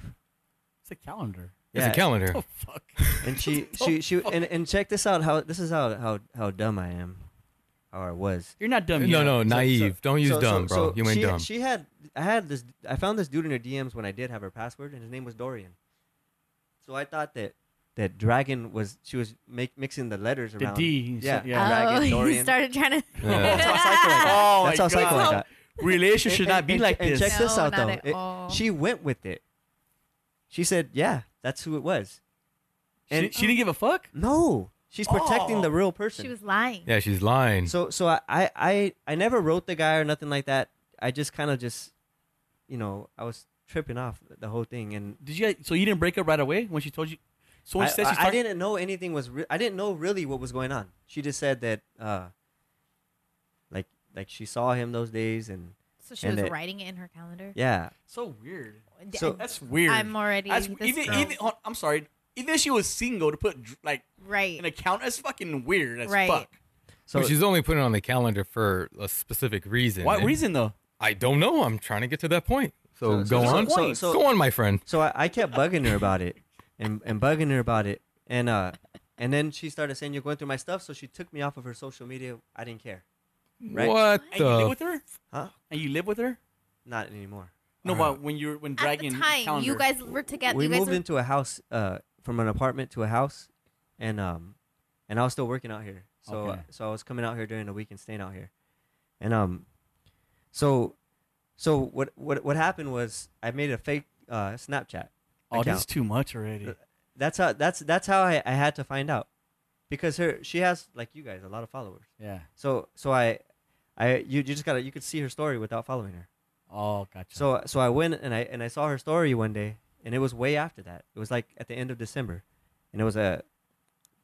it's a calendar. it's a calendar. Oh fuck. and she she she and, and check this out. How this is how how how dumb I am, how I was. You're not dumb. No, yet. no, So- naive. so- Don't use so- dumb, so- bro. so you ain't she, dumb. She had, I had this, I found this dude in her DMs when I did have her password, and his name was Dorian. So I thought that that Dragon was she was make, mixing the letters The around. D. Yeah, yeah. oh, Dragon, he Dorian. started trying to. Yeah. That's how psycho I got. Oh my That's how psycho I God. got. Relations should And- not and- be and- like and this. check this No, out not though. at It- all. she went with it. She said, "Yeah, that's who it was." And she, she didn't give a fuck. no, she's protecting Oh. the real person. She was lying. yeah, she's lying. So so I I I, I never wrote the guy or nothing like that. I just kind of just, you know, I was tripping off the whole thing, and Did you? guys- So you didn't break up right away when she told you? So when I, she said she I- I started, didn't know anything was. Re- I didn't know really what was going on. She just said that, uh, like like she saw him those days, and So she And was it- writing it in her calendar. yeah, so weird. D- So- That's weird. I'm already. That's, this even, girl. even, hold- I'm sorry. Even if she was single, to put dr- like right. an account, that's fucking weird as Right. fuck. so But she's only putting it on the calendar for a specific reason. What And reason though? I don't know. I'm trying to get to that point. So, So- so "Oh, go there's a on. point. So- go on, my friend. so I, I kept bugging her about it, and and bugging her about it, and uh, and then she started saying you're going through my stuff, so she took me off of her social media. I didn't care, right? What And you the? live with her? Huh? And you live with her? Not anymore. No, Uh, but when you're when At dragging the time, calendar, you guys were together. we you guys moved were, into a house uh, from an apartment to a house, and um, and I was still working out here. So uh, Okay. so I was coming out here during the week and staying out here, and um, so so what what what happened was I made a fake uh, Snapchat. oh, account. this is too much already. Uh, That's how that's that's how I, I had to find out, because her she has like you guys a lot of followers. Yeah. So so I, I you, you just gotta you could see her story without following her. Oh, gotcha. So so I went and I and I saw her story one day, and it was way after that. It was like at the end of December, and it was a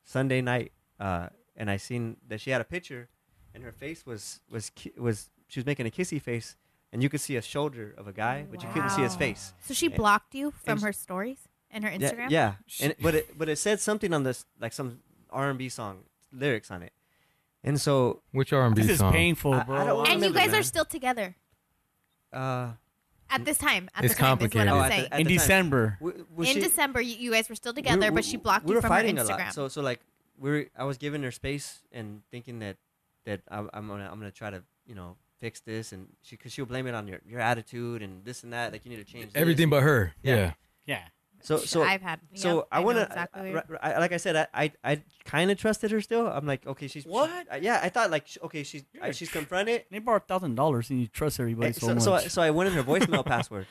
Sunday night. Uh, and I seen that she had a picture, and her face was was ki- was she was making a kissy face, and you could see a shoulder of a guy, but you couldn't see his Wow. face. so she Yeah. blocked you from Inst- her stories and her Yeah, Instagram. Yeah, and it- but it but it said something on this like some R and B song lyrics on it, and so Which R&B this is song? painful, I- I bro. don't wanna And you Remember, guys are man. still together uh, at this time. At It's the time is complicated. oh, what at I'm the- saying. at in the time- December. w- was in she- December, you, you guys were still together, but she blocked we you were from her fighting Instagram. A lot. So so like we were, I was giving her space and thinking that that I'm, I'm gonna I'm gonna try to you know fix this and she because she'll blame it on your, your attitude and this and that like you need to change this. Everything but her. Yeah. Yeah. Yeah. So Sh- so I've had. so yep, I uh, know want to exactly what you're- I, I- like I said I I, I kind of trusted her still. I'm like okay she's she- What? I- yeah I thought like sh- okay she's You're I, a she's tr- confronted. They borrow thousand dollars and you trust everybody and so, So much. so uh, I, so I went in her voicemail password.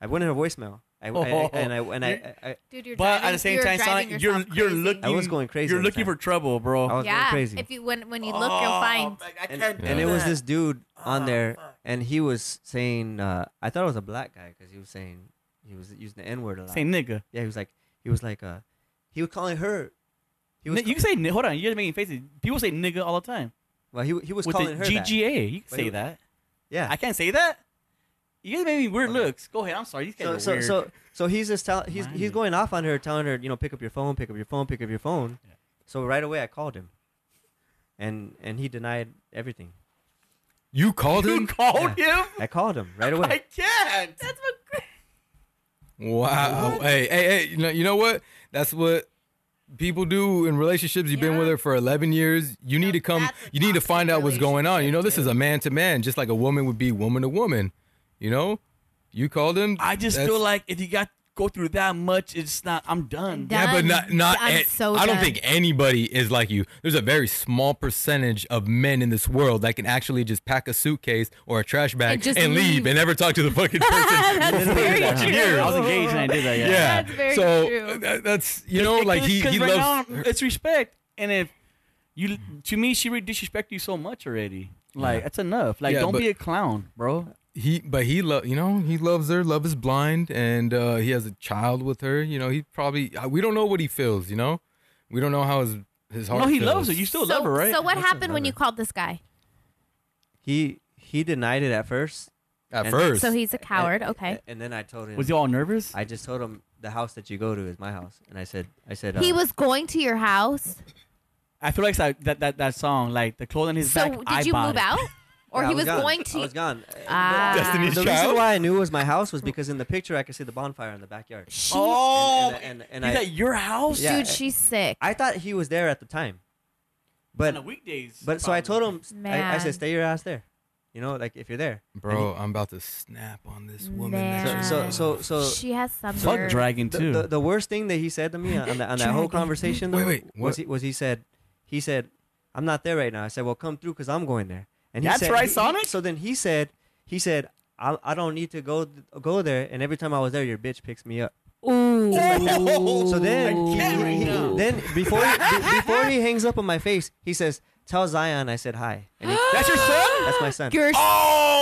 I went in her voicemail. I, I, I- Oh. and I and I, I, Dude, you're but at driving- the same you're time, driving Sonic, you're yourself you're crazy. looking. I was going crazy You're at the looking time. for trouble, bro. I was Oh, going yeah, crazy. if you when when you look, you'll find. and, and it was this dude on there, and he was saying, uh, I thought it was a black guy because he was saying he was using the N word a lot. Say nigga. Yeah, he was like, he was like, uh, he was calling her. He was Ni- you can say ni- hold on. You're making faces. People say nigga all the time. well, he, he was With calling the her that. GGA, you can But say he- that. Yeah. I can't say that. You guys made me weird Okay. looks. Go ahead. I'm sorry. These guys So are so weird. so so he's just tell he's he's Mind. going off on her, telling her, you know, pick up your phone, pick up your phone, pick up your phone. Yeah. So right away, I called him, and and he denied everything. You called you him? called him? I called him right I away. can't. That's what. Wow. Hey, hey, hey. You know, you know what? That's what people do in relationships. You've been Yeah. with her for 11 years. You No, need to come, that's a you need to toxic find out what's going on. You know, this is a man to man, just like a woman would be woman to woman. You know? You called him. I just That's- feel like if you got go through that much, it's not. I'm done. done. Yeah, but not not. I'm an- so I don't done. think anybody is like you. There's a very small percentage of men in this world that can actually just pack a suitcase or a trash bag And and, just leave. leave and never talk to the fucking person. That's very I true. was engaged and I did that. Yeah. yeah. That's very so uh, true. that- that's you know like he Because he right loves. now, it's respect, and if you to me, she really disrespect you so much already. Like that's enough. Like Yeah, don't but- be a clown, bro. he but he love you know he loves her love is blind and uh he has a child with her you know he probably uh, we don't know what he feels you know we don't know how his his heart No, he feels. loves her. You still so, love her, right? so what That's happened when you another. called this guy? He he denied it at first. at And- first So he's a coward. And- Okay. And then I told him. was he all nervous? I just told him the house that you go to is my house, and I said I said uh, He was going to your house. I feel like that that that, that song, like the clothes on his So back. did I you bought move it. out? Or Yeah, I he was, gone. going to I was gone. Ah. Destiny's the Child? reason why I knew it was my house was because in the picture I could see the bonfire in the backyard. she, Oh, And- and- and he's I- at your house, dude, yeah, I- she's sick. I thought he was there at the time, but on the weekdays. but so I told him I, I Man. said stay your ass there, you know, like if you're there, bro i'm about to snap on this woman Man. that So so so, so she has some Fuck nerve. dragon the, too. the, the worst thing that he said to me on, the, on that whole conversation though, Wait, wait, was what? he was he said he said I'm not there right now. I said well come through because I'm going there. And he That's said, right, he- he- Sonic. So then he said he said I, I don't need to go go there. And every time I was there, your bitch picks me up. Ooh. So then, Oh, I can't right he- he- now. then before he, be- before he hangs up on my face, he says, "Tell Zion I said hi." And he, that's your son. that's my son. You're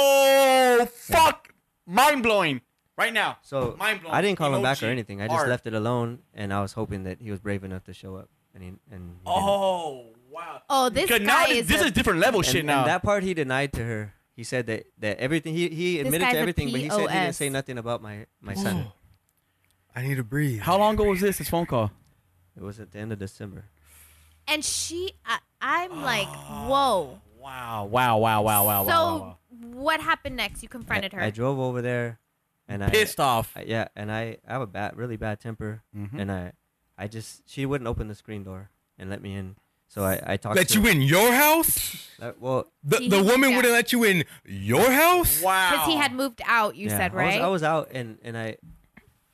Oh fuck! Mind blowing. Right now. So mind blowing. I didn't call him back or Emoji. anything. I just Art. left it alone, and I was hoping that he was brave enough to show up. And he, and he didn't. Oh wow. Oh, this Because guy now is this a- is different level and, shit and now. that part he denied to her. He said that, that everything he, he This admitted guy's to a everything, but he said he didn't POS. say nothing about my my Oh. son. i need to breathe How long ago was this? This phone call. It was at the end of December. and she, I, I'm like, whoa. Wow! Wow! Wow! Ah. Wow! Wow! so what happened next? You confronted I, her. I drove over there, and I Pissed off. Mm-hmm. I, yeah, and I, I have a bad, really bad temper, and I, I just she wouldn't open the screen door and let me in, so I, I talked. let to you in your house Uh, well, the, He- the he- woman yeah. wouldn't let you in your house wow. Because he had moved out, you yeah, said, I was, right? I was out, and and I,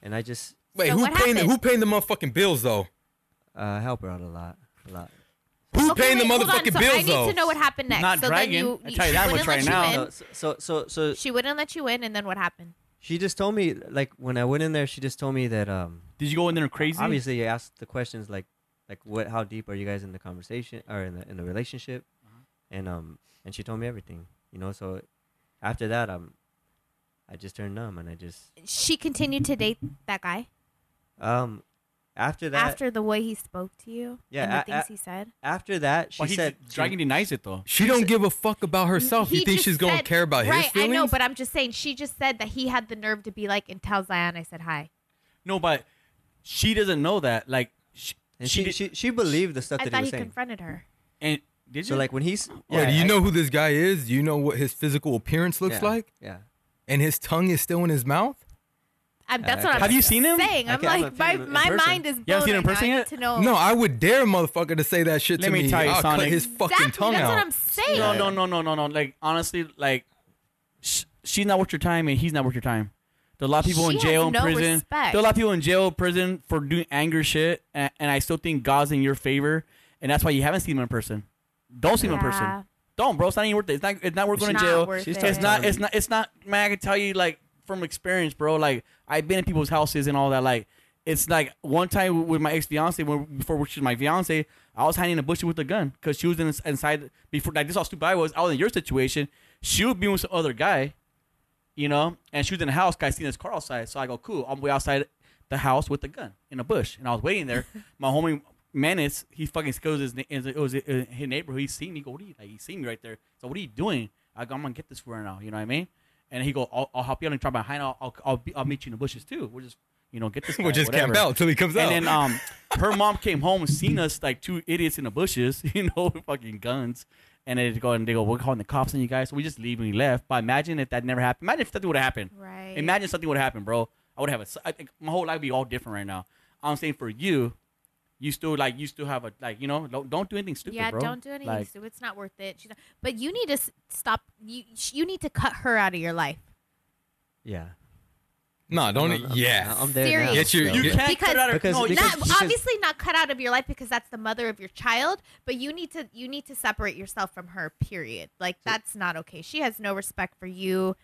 and I just wait So who what paying the, happened? who paying the motherfucking bills though uh, help her out a lot, a lot. who Okay, paying wait, the hold motherfucking on. so bills I need though to know what happened next. Not so dragon. Then you, I you- tell you she that much wouldn't right let you now. in. So so so so She wouldn't let you in, and then what happened? she just told me like when I went in there, she just told me that um Did you go in there crazy? obviously you asked the questions like like what how deep are you guys in the conversation or in the in the relationship, Uh-huh. and um and she told me everything you know so after that um I just turned numb and I just She continued to date that guy um after that after, after the way he spoke to you Yeah, and the a- things a- he said. that she Well, he said she- Dragon denies it though. she don't give a fuck about herself He you think just she's gonna said- care about right, his feelings I know, but I'm just saying. She just said that he had the nerve to be like, and tell Zion I said hi. No, but she doesn't know that. Like she, and she, she, did- she believed the stuff I that he thought he was saying confronted her. and did so you? like when he's yeah, do you I- know who this guy is? Do you know what his physical appearance looks yeah, like? yeah And his tongue is still in his mouth? I'm, that's I- what I'm Have you seen him? saying. Uh, I I'm can't- I like, haven't my, seen him in my person. mind is blown. You haven't seen him right in now. person I yet? need to know. No, I would dare a motherfucker to say that shit Let to me me. tell you, I'll Sonic. cut his fucking exactly. tongue that's out. what I'm saying. no, no, no, no, no, no. Like honestly, like sh- she's not worth your time, and he's not worth your time. There are a lot of people She in jail has and no prison. respect. There are a lot of people in jail, prison for doing anger shit, and, and I still think God's in your favor, and that's why you haven't seen him in person. Don't see him in Yeah. person. Don't, bro. It's not even worth it. It's not. It's not worth going to Not jail. worth She's it. talking It's not. It's not. It's not. Man, I can tell you like from experience, bro. Like I've been in people's houses and all that. Like it's like one time with my ex fiance, when before she was my fiance, I was hiding in a bush with a gun because she was in, inside before. Like this, is how stupid I was. I was in your situation. She would be with some other guy, you know, and she was in the house. Guy seen his car outside, so I go, cool. I'm way outside the house with a gun in a bush, and I was waiting there. my homie. Menace, he fucking skills his, na- it was in his neighborhood. He seen me. He go, what are you like? He seen me right there. So what are you doing? I go, I'm gonna get this for her now. You know what I mean? And he go, I'll, I'll help you out and try behind. I'll I'll, I'll, be, I'll meet you in the bushes too. We'll just you know get this. We'll guy, just whatever. camp out till he comes out. And then um, her mom came home and seen us like two idiots in the bushes, you know, with fucking guns. And they go and they go, we're calling the cops on you guys. So we just leave and we left. But imagine if that never happened. Imagine if something would have happened. Right. Imagine something would have happened, bro. I would have a. I think my whole life would be all different right now. I'm saying for you, you still like you still have a like you know don't, don't do anything stupid, yeah, bro. don't do anything Like, stupid. It's not worth it. She's not, but you need to s- stop. You sh- you need to cut her out of your life. yeah No, don't. I'm- I'm- yeah. I'm there. Serious. Now, Get your- so- You You Yeah. can't Because- cut out Because- no, you because- not obviously not cut out of your life because that's the mother of your child, but you need to you need to separate yourself from her. Period. Like that's not okay. She has no respect for you.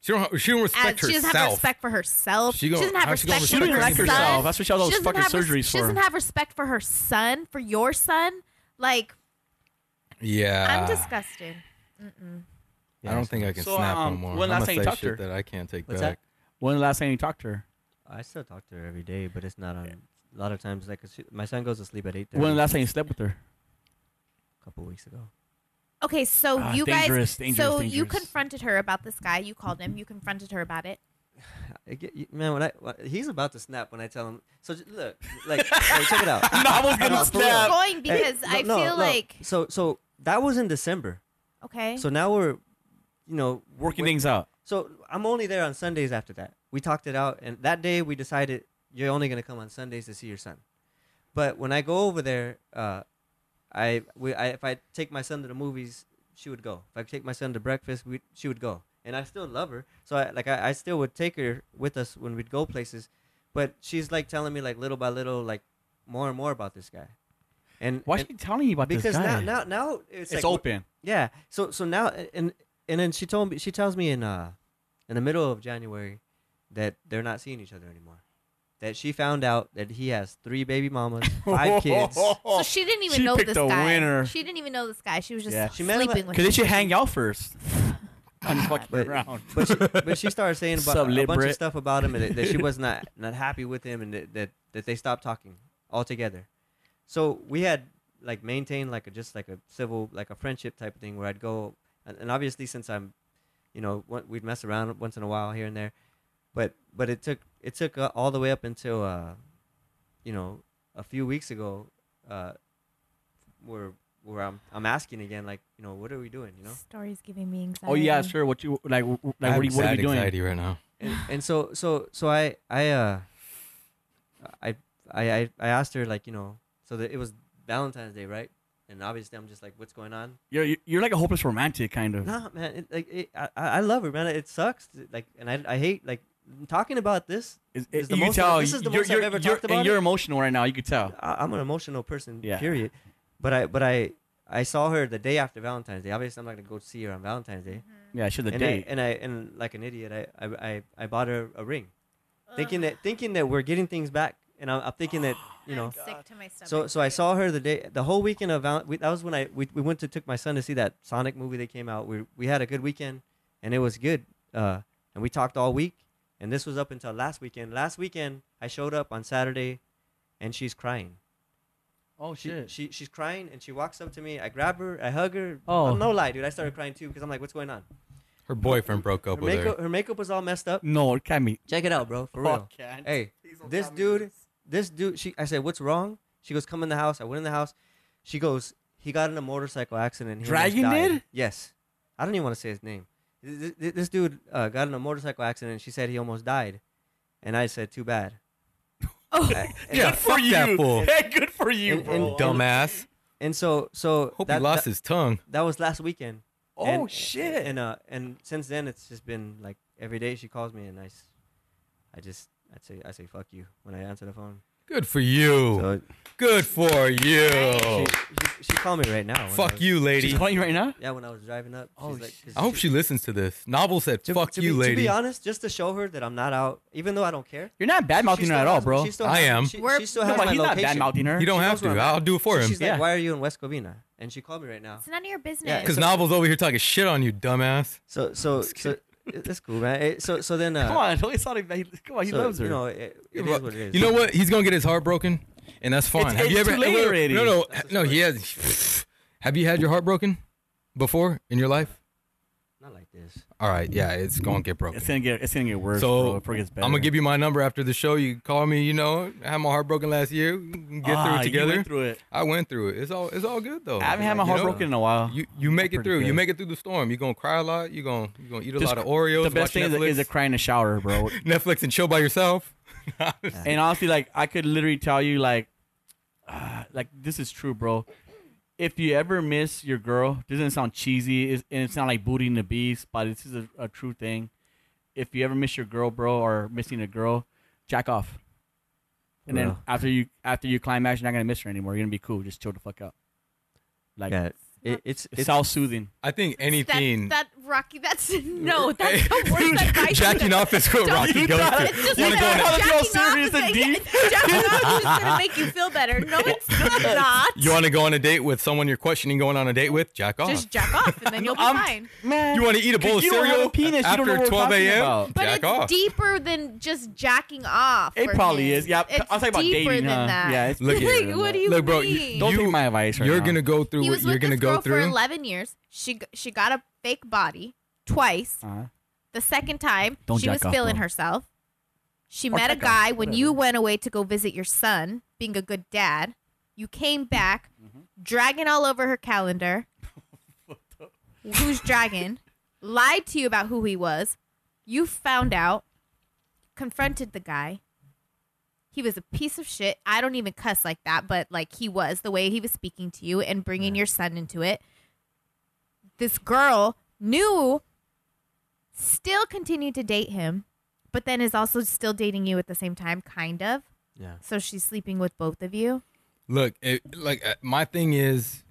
she don't. She don't As, respect she doesn't herself. have respect for herself. She She, gonna- doesn't have how she gonna respect. She respect for didn't her like respect herself. son. That's what she had all She those doesn't fucking have res- surgeries She for. doesn't have respect for her son, for your son. Like yeah. I'm disgusted. I don't think I can So, snap um, no more. when I'm last gonna time you say talked to shit her? that I can't take What's back. When the last time you talked to her? I still talk to her every day, but it's not on. A lot of times, like 'cause she- my son goes to sleep at eight thirty. When the last time you slept with her? a couple weeks ago. Okay, so Ah, you dangerous, guys, dangerous, so you dangerous. confronted her about this guy. You called him. You confronted her about it. I get- you- man, when I when- he's about to snap when I tell him. So j- look, like, like, check it out. I was gonna for real. snap. Going Hey, because I no, no, feel no. like so so that was in December. okay. So now we're, you know, Working wait- things out. So I'm only there on Sundays after that. We talked it out, and that day we decided you're only gonna come on Sundays to see your son. But when I go over there, uh, I, we, I if I take my son to the movies, she would go. If I take my son to breakfast, we, she would go. And I still love her, so I like I, I still would take her with us when we'd go places. But she's like telling me like little by little like more and more about this guy. And Why is and- she telling you about this because guy? now now now it's, it's like, open. yeah. So so now and and then she told me she tells me in uh in the middle of January that they're not seeing each other anymore. That she found out that he has three baby mamas, five kids. So she didn't even She know picked this a guy. winner. She didn't even know this guy. She was just Yeah. She met him sleeping at- with Because him. they should hang out first. I'm fucking But- around. But she, but she started saying about a bunch Sub-lib-rit. of stuff about him and that, that she was not not happy with him and that, that that they stopped talking altogether. So we had like maintained like a just like a civil like a friendship type of thing where I'd go and, and obviously since I'm, you know, what- we'd mess around once in a while here and there, but but it took it took uh, all the way up until uh, you know, a few weeks ago, uh, where where I'm I'm asking again like you know what are we doing you know Story's giving me anxiety. Oh yeah, sure. What you like? w- w- I Like what, have are you- what are sad we doing? Anxiety right now. and, and so so so I I uh I I I- I asked her like you know so that it was Valentine's Day right and obviously I'm just like what's going on You're you're- you're like a hopeless romantic kind of. no man it, like it, I I I love her man it sucks like and I I hate like talking about this It's- This is it- the you most- tell. this is the you're, most I've you're, ever you're- talked about And you're it. emotional right now. You could tell. I, I'm an emotional person Yeah. period but I but I I saw her the day after Valentine's Day obviously I'm not gonna go see her on Valentine's Day Yeah, should the and date. I, and I and like an idiot I I I, I bought her a ring thinking that thinking that we're getting things back and I'm, I'm thinking that you know I'm sick to Oh my stomach. So so I saw her the day the whole weekend of Val- we, that was when I we, we went to took my son to see that Sonic movie that came out. We we had a good weekend and it was good. Uh, and we talked all week and this was up until last weekend. Last weekend I showed up on Saturday and she's crying. oh She, she she's crying and she walks up to me. I grab her, I hug her. Oh. no lie, dude. I started crying too because I'm like, what's going on? Her boyfriend broke Her up with makeup her. her makeup was all messed up. no, it can't be. Check it out, bro. For real. Hey, this dude, this dude. She, I said, what's wrong? She goes, come in the house. I went in the house. She goes, he got in a motorcycle accident. and he almost Dragon died." did? Yes. I don't even want to say his name. This, this, this dude uh, got in a motorcycle accident. and She said he almost died, and I said, too bad. Oh. I- and, Yeah, fuck that fool. Hey, good for you, And- bro. and- Dumbass. and so, so Hope that, he lost that, his tongue. that was last weekend. oh and- shit. And uh, and since then it's just been like every day she calls me and I, s- I just I say I say fuck you when I answer the phone. Good for you. So Good for you. she, she, she called me right now. when I Fuck was- you, She's lady. calling you right now. Yeah, when I was driving up. Oh, she's like, shit. 'cause I hope she listens to this. Novel said, to- "Fuck to you, be, To lady." be honest, just to show her that I'm not out, even though I don't care. You're not bad mouthing she her still at all, has- bro. She still I has, am. She, We're- she still No, has but my he's not location. bad mouthing her. you don't she have knows to. where I'm at. I'll do it for So him. She's Yeah. like, why are you in West Covina? And she called me right now. It's none of your business. Yeah, Because so- Novel's over here talking shit on you, dumbass. So so so it- it's cool, man. It- so so then. Uh, Come on, don't tell him that he- Come on, he so, loves her. You know, it, it is what it is. You know what? He's gonna get his heart broken, and that's fine. It's- have you it's ever? too late wait, wait, already. No, no, That's the no. story. He has. Have you had your heart broken before in your life? Not like this. All right, yeah, it's gonna get broken. it's gonna get it's gonna get worse. bro, So before it gets better. I'm gonna give you my number after the show. You can call me. You know, I had my heart broken last year. We can Get Ah, through it you together. went through it. I went through it. It's all it's all good though. I haven't had my You heart know, broken in a while. You you make it pretty through. You good. make it through the storm. You are gonna cry a lot. You gonna you gonna eat a Just lot of Oreos. the best watch thing is a, Netflix, is a cry in the shower, bro. Netflix and chill by yourself. and honestly, like I could literally tell you, like, ah, like this is true, bro. If you ever miss your girl, doesn't sound cheesy, it's, and it's not like booting the beast, but this is a, a true thing. if you ever miss your girl, bro, or missing a girl, jack off. And then Bro. after you after you climax, you're not gonna miss her anymore. You're gonna be cool. Just chill the fuck out. Like yeah, it, it's it's it's self soothing. I think anything. That, that Rocky. That's no. That's the worst advice. Jacking off is what Don't Rocky you goes thought- to. It's just Wanna like go that. on a- How does it feel Jacking off serious is and like- deep? Jacking off is gonna make you feel better. No, it's not. you want to go on a date with someone you're questioning going on a date with? Jack off. Just jack off, and then you'll be I'm- fine. Man, you want to eat a bowl of you don't have cereal a penis, you after don't know what we're 12 talking a.m.? about. But Jack it's off. deeper than just jacking off. It for probably him. is. Yeah, it's I'm talking about deeper dating, Than huh? that. Yeah, it's Look like, at it. what do you Look, bro, mean? don't You- take my advice. Right You're now. gonna go through he what was you're with gonna this go girl for through. eleven years. She g- she got a fake body twice. Uh-huh. The second time, Don't she was jack off, feeling bro. herself. She Or met a jack off, guy when you went away to go visit your son, being a good dad. You came back, Mm-hmm. dragging all over her calendar. Who's dragging? Lied to you about who he was. You found out, confronted the guy. He was a piece of shit. I don't even cuss like that, but like he was the way he was speaking to you and bringing your son into it. This girl knew still continued to date him, but then is also still dating you at the same time, kind of. Yeah. So she's sleeping with both of you, Look, it, like uh, my thing is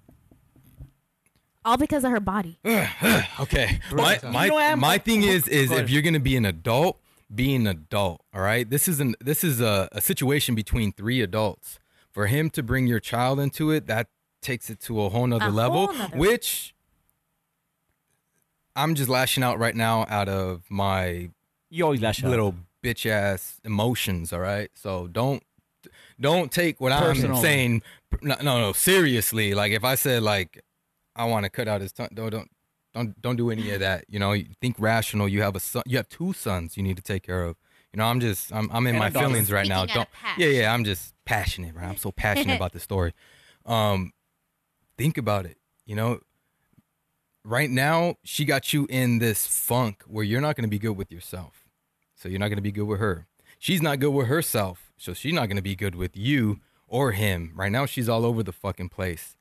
all because of her body. okay. My You know what my, I'm- my thing is is Go if ahead. you're gonna be an adult, be an adult. All right. This is an this is a, a situation between three adults. For him to bring your child into it, that takes it to a whole nother A level. whole nother- Which I'm just lashing out right now out of my You always lash out. little bitch ass emotions. All right, so don't don't take what Personal. I'm saying. No, no, no, seriously. Like if I said like I want to cut out his tongue, don't don't don't don't do any of that. You know, you think rational. You have a son. You have two sons. You need to take care of. You know, I'm just I'm I'm in And my a daughter. feelings right now. Speaking Don't. out of passion. Yeah, yeah. I'm just passionate. Right? I'm so passionate about the story. Um, think about it. You know, right now she got you in this funk where you're not going to be good with yourself so you're not going to be good with her she's not good with herself so she's not going to be good with you or him right now she's all over the fucking place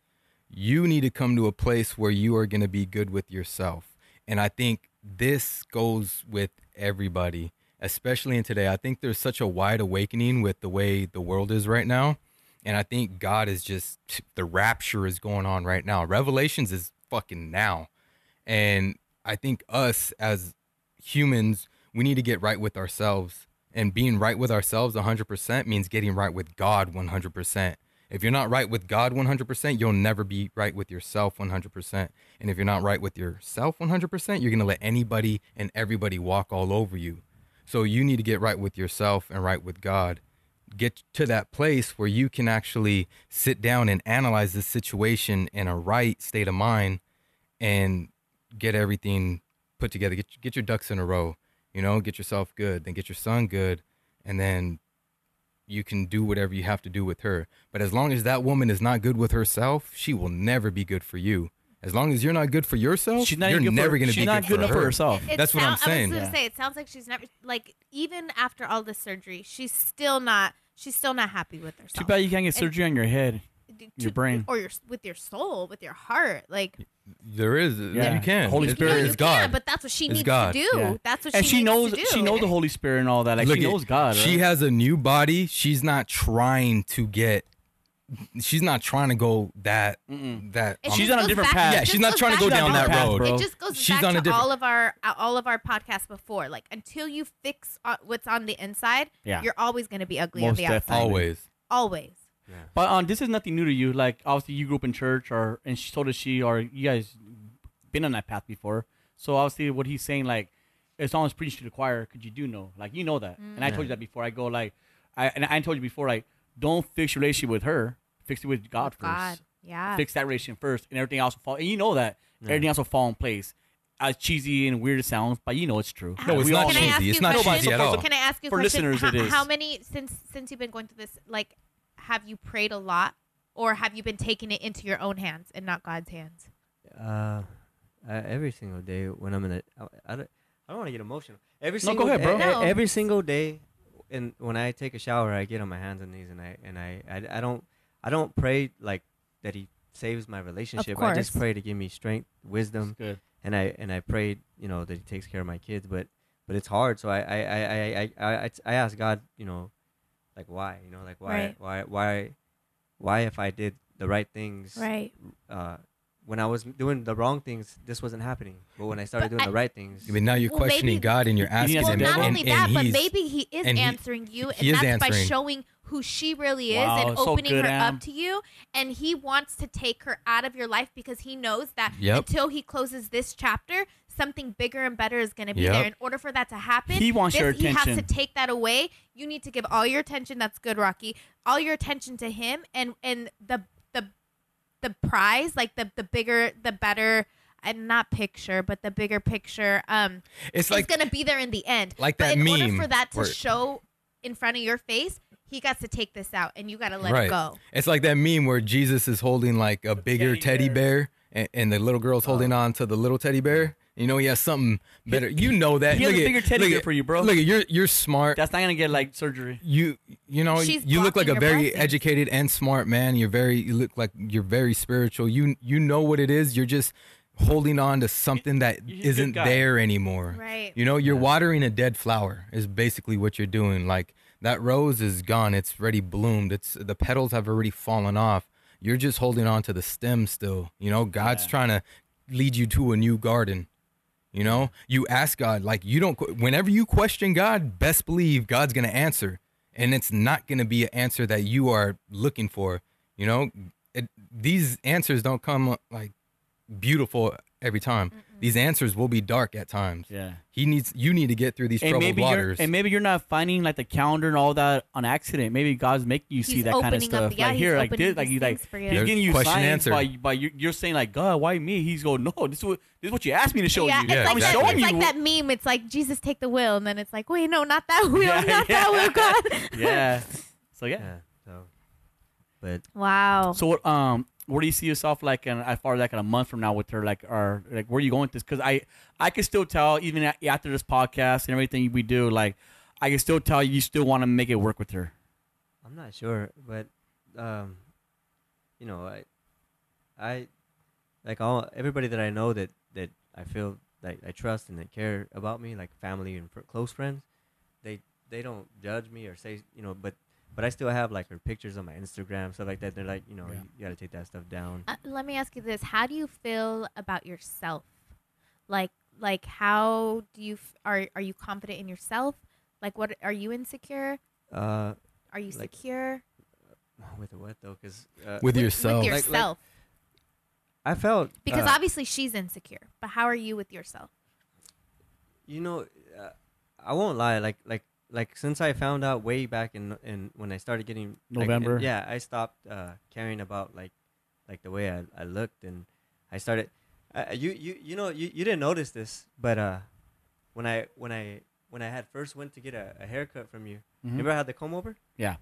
you need to come to a place where you are going to be good with yourself and i think this goes with everybody especially in today i think there's such a wide awakening with the way the world is right now and i think god is just the rapture is going on right now revelations is fucking now and I think us as humans, we need to get right with ourselves. And being right with ourselves 100% means getting right with God 100%. If you're not right with God 100%, you'll never be right with yourself 100%. And if you're not right with yourself 100%, you're going to let anybody and everybody walk all over you. So you need to get right with yourself and right with God. Get to that place where you can actually sit down and analyze this situation in a right state of mind and get everything put together. Get get your ducks in a row. You know, get yourself good, then get your son good, and then you can do whatever you have to do with her. But as long as that woman is not good with herself, she will never be good for you. As long as you're not good for yourself, She's not you're even good never for, going to she's be not good, good enough for her. herself. It That's what I'm sound- saying. I was gonna Yeah. say it sounds like she's never like even after all this surgery, she's still not. She's still not happy with herself. Too bad you can't get surgery on your head. D- your to- brain. or your with your soul, with your heart, like There is, Yeah. you can. Holy It's- you know Spirit you it's can, God. but that's what she It's needs God. to do. Yeah. That's what and she, she needs knows to do. she knows the Holy Spirit and all that. Like Look she at- knows God. Right? She has a new body. She's not trying to get. She's not trying to go that that. It um, She's just on a goes different back- path. it Yeah, she's just not goes trying to back go down that different road. path. bro. It just goes She's back on a to different- all of our uh, all of our podcasts before. Like until you fix uh, what's on the inside, Yeah. you're always going to be ugly on Most the outside. definitely. always. Always. But um, this is nothing new to you. Like obviously you grew up in church, or and she told us she or you guys been on that path before. So obviously what he's saying, like it's almost preached to the choir because you do know, like you know that. Mm. And I told you that before. I go like, I and I told you before, like don't fix your relationship with her, fix it with God first. Oh, God, yeah. Fix that relationship first, and everything else will fall. And you know that everything else will fall in place. As cheesy and weird it sounds, but you know it's true. No, it's We not all know. Can I ask cheesy. you It's a not question? cheesy at all. Can I ask you a For question? listeners, how, it is. how many since since you've been going through this? Like, have you prayed a lot, or have you been taking it into your own hands and not God's hands? Uh, I, every single day when I'm in a, I, I don't, I don't want to get emotional. Every No, single go ahead, e- bro. e- No. Every single day, and when I take a shower, I get on my hands and knees, and I and I, I, I don't I don't pray like that. He saves my relationship. I just course. pray to give me strength, wisdom, It's good. and I and I prayed, you know, that he takes care of my kids. But but it's hard. So I I I I I, I, I ask God, you know, like why, you know, like why Right. why why why if I did the right things, Right. uh, when I was doing the wrong things, this wasn't happening. But when I started But doing I- the right things, But now you're Well, maybe- questioning God and you're asking that's Well, him, the not devil. and, only and that, but he's- maybe he is and he- answering you, and he is that's by answering. showing who she really is Wow, and so opening good, her Am. up to you. And he wants to take her out of your life because he knows that Yep. until he closes this chapter, something bigger and better is going to be Yep. there. In order for that to happen, He wants this- your He has attention. to take that away. You need to give all your attention. That's good, Rocky. All your attention to him, and and the the the prize, like the the bigger, the better. And not picture, but the bigger picture. Um, it's it's like gonna be there in the end. like but that in order meme for that to where- show in front of your face, he got to take this out, and you got to let right. it go. It's like that meme where Jesus is holding like a bigger teddy teddy, bear, and, and the little girl's holding on to the little teddy bear. You know he has something better. You know that. He has look a at- bigger teddy look bear at- for you, bro. Look, at- you're you're smart. That's not gonna get like surgery. you you know She's you look like blocking a your very blessings. educated and smart man you're very you look like you're very spiritual you you know what it is you're just holding on to something that He's a good isn't guy. there anymore Right. you know you're watering a dead flower is basically what you're doing like that rose is gone it's already bloomed it's the petals have already fallen off you're just holding on to the stem still you know god's trying to lead you to a new garden you know, you ask God, like you don't. que- Whenever you question God, best believe God's gonna answer, and it's not gonna be an answer that you are looking for. You know, it, these answers don't come uh, like beautiful every time. These answers will be dark at times. Yeah. He needs you need to get through these And troubled maybe you're waters. and maybe you're not finding like the calendar and all that on accident. Maybe God's making you see He's that kind of opening up- stuff. yeah, like he's here, like opening this, like these he's like things for you. he's There's giving you question signs answer. by by you, you're saying like God, why me? He's going no, this is what this is what you asked me to show yeah, you. it's, Yeah, like I'm exactly. that, showing it's you. like that meme. It's like Jesus take the wheel, and then it's like, wait, no, not that wheel, Yeah, not yeah. that wheel, God. yeah. So yeah. yeah. So, but Wow. So what? Um, where do you see yourself like, in, as far as like in a month from now with her, like, or like, where are you going with this? Because I, I can still tell even a- after this podcast and everything we do, like, I can still tell you still want to make it work with her. I'm not sure, but um, you know, I, I, like all everybody that I know that that I feel like I trust and that care about me, like family and fr- close friends, they they don't judge me or say you know, but but I still have like her pictures on my Instagram stuff like that. They're like you know Yeah. you, you got to take that stuff down. Uh, let me ask you this: How do you feel about yourself? Like, like, how do you f- are are you confident in yourself? Like, what are you insecure? Uh, Are you Like- secure with what though? Because uh, With yourself. With Like- like- yourself, I felt because uh, obviously she's insecure. But how are you with yourself? You know, uh, I won't lie. Like, like, like, since I found out way back in in when I started getting like, in- November. yeah, I stopped uh, caring about like, like the way I, I looked, and I started. Uh, you you you know you, you didn't notice this, but uh, when I when I when I had first went to get a, a haircut from you, remember I had the comb over? Mm-hmm. Yeah.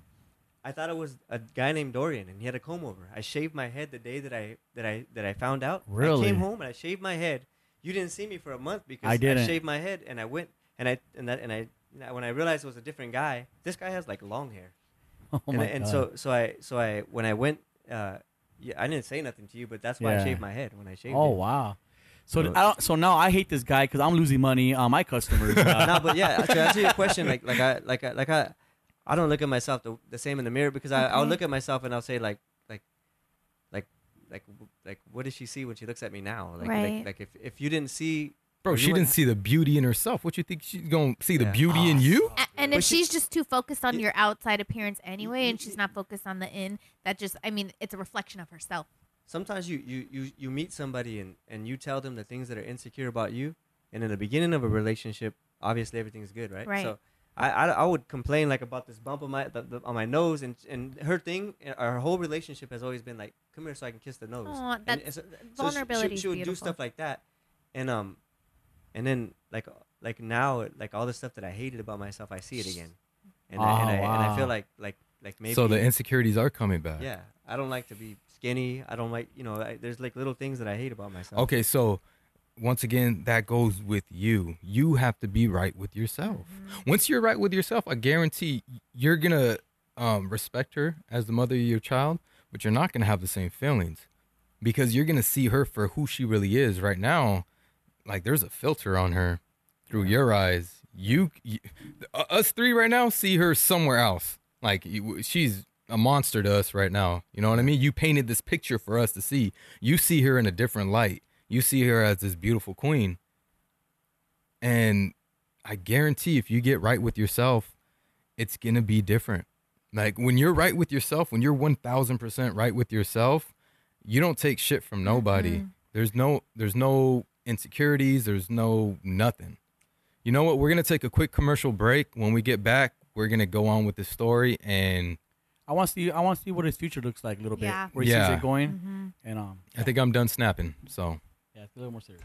I thought it was a guy named Dorian, and he had a comb over. I shaved my head the day that I that I that I found out. I Really? came home and I shaved my head. You didn't see me for a month because I didn't. shaved my head, and I went and I and that and I and I- when I realized it was a different guy. This guy has like long hair, Oh and, I- and so so I so I when I went, uh, yeah, I didn't say nothing to you, but that's why Yeah. I shaved my head when I shaved. oh it. wow. So No. I don't, so now I hate this guy because I'm losing money on my customers. Uh, no, but yeah, to answer your question, like like I like I like I, I don't look at myself the, the same in the mirror because I I'll Okay. look at myself and I'll say like like like like w- like what does she see when she looks at me now? Like Right. like, like if if you didn't see Bro, you she didn't wouldn't- see the beauty in herself. What you think she's gonna see the Yeah. beauty in you? A- and But if she- she's just too focused on Y- your outside appearance anyway, and she's not focused on the in, that just I mean, it's a reflection of herself. sometimes you you you you meet somebody and and you tell them the things that are insecure about you, and in the beginning of a relationship, obviously everything's good, right? Right. So. I, I, I would complain like about this bump on my the, the, on my nose and and her thing our whole relationship has always been like come here so I can kiss the nose. Aw, And- that's- and so- so she- Vulnerability She, is she would beautiful. do stuff like that, and um, and then like like now like all the stuff that I hated about myself, I see it again, and I, and, I, Oh, and I wow. feel like like like maybe So the insecurities are coming back. yeah, I don't like to be skinny. I don't like you know. I, there's like little things that I hate about myself. Okay, so once again, that goes with you. You have to be right with yourself. Once you're right with yourself, I guarantee you're gonna um, respect her as the mother of your child, but you're not gonna have the same feelings because you're gonna see her for who she really is. Right now, like there's a filter on her through your eyes. you, you uh, us three right now see her somewhere else. Like you, she's a monster to us right now. You know what I mean? You painted this picture for us to see. You see her in a different light. You see her as this beautiful queen. And I guarantee if you get right with yourself, it's going to be different. Like when you're right with yourself, when you're 1000% right with yourself, you don't take shit from nobody. There's no there's no insecurities, there's no nothing. You know what? We're going to take a quick commercial break. When we get back, we're going to go on with the story and I want to see. I want to see what his future looks like a little Yeah. Mm-hmm. bit. Where he Yeah. sees it going, and um, I think I'm done snapping. So yeah, it's a little more serious.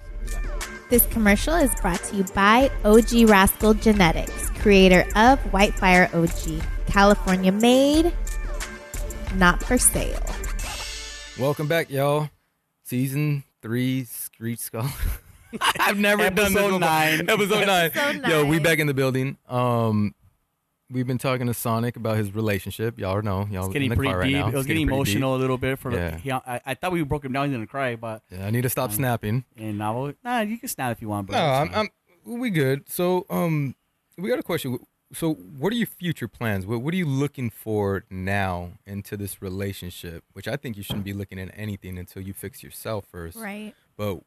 This commercial is brought to you by OG Rascal Genetics, creator of Whitefire OG, California made, not for sale. welcome back, y'all. Season three, Street Skull. I've never done this Episode before. nine. Episode nine. Episode Yo, we nine. back in the building. Um, we've been talking to Sonic about his relationship. Y'all know. Y'all It's in getting the pretty car deep. right now. It was It's pretty getting, deep. emotional a little bit for. Yeah. The, he, I, I thought we broke him down. He's gonna cry, but Yeah, I need to Mm. stop snapping. and now, nah, you can snap if you want. But No, I'm, I'm. We good. So, um, we got a question. So, what are your future plans? What What are you looking for now into this relationship? Which I think you shouldn't be looking at anything until you fix yourself first. Right. but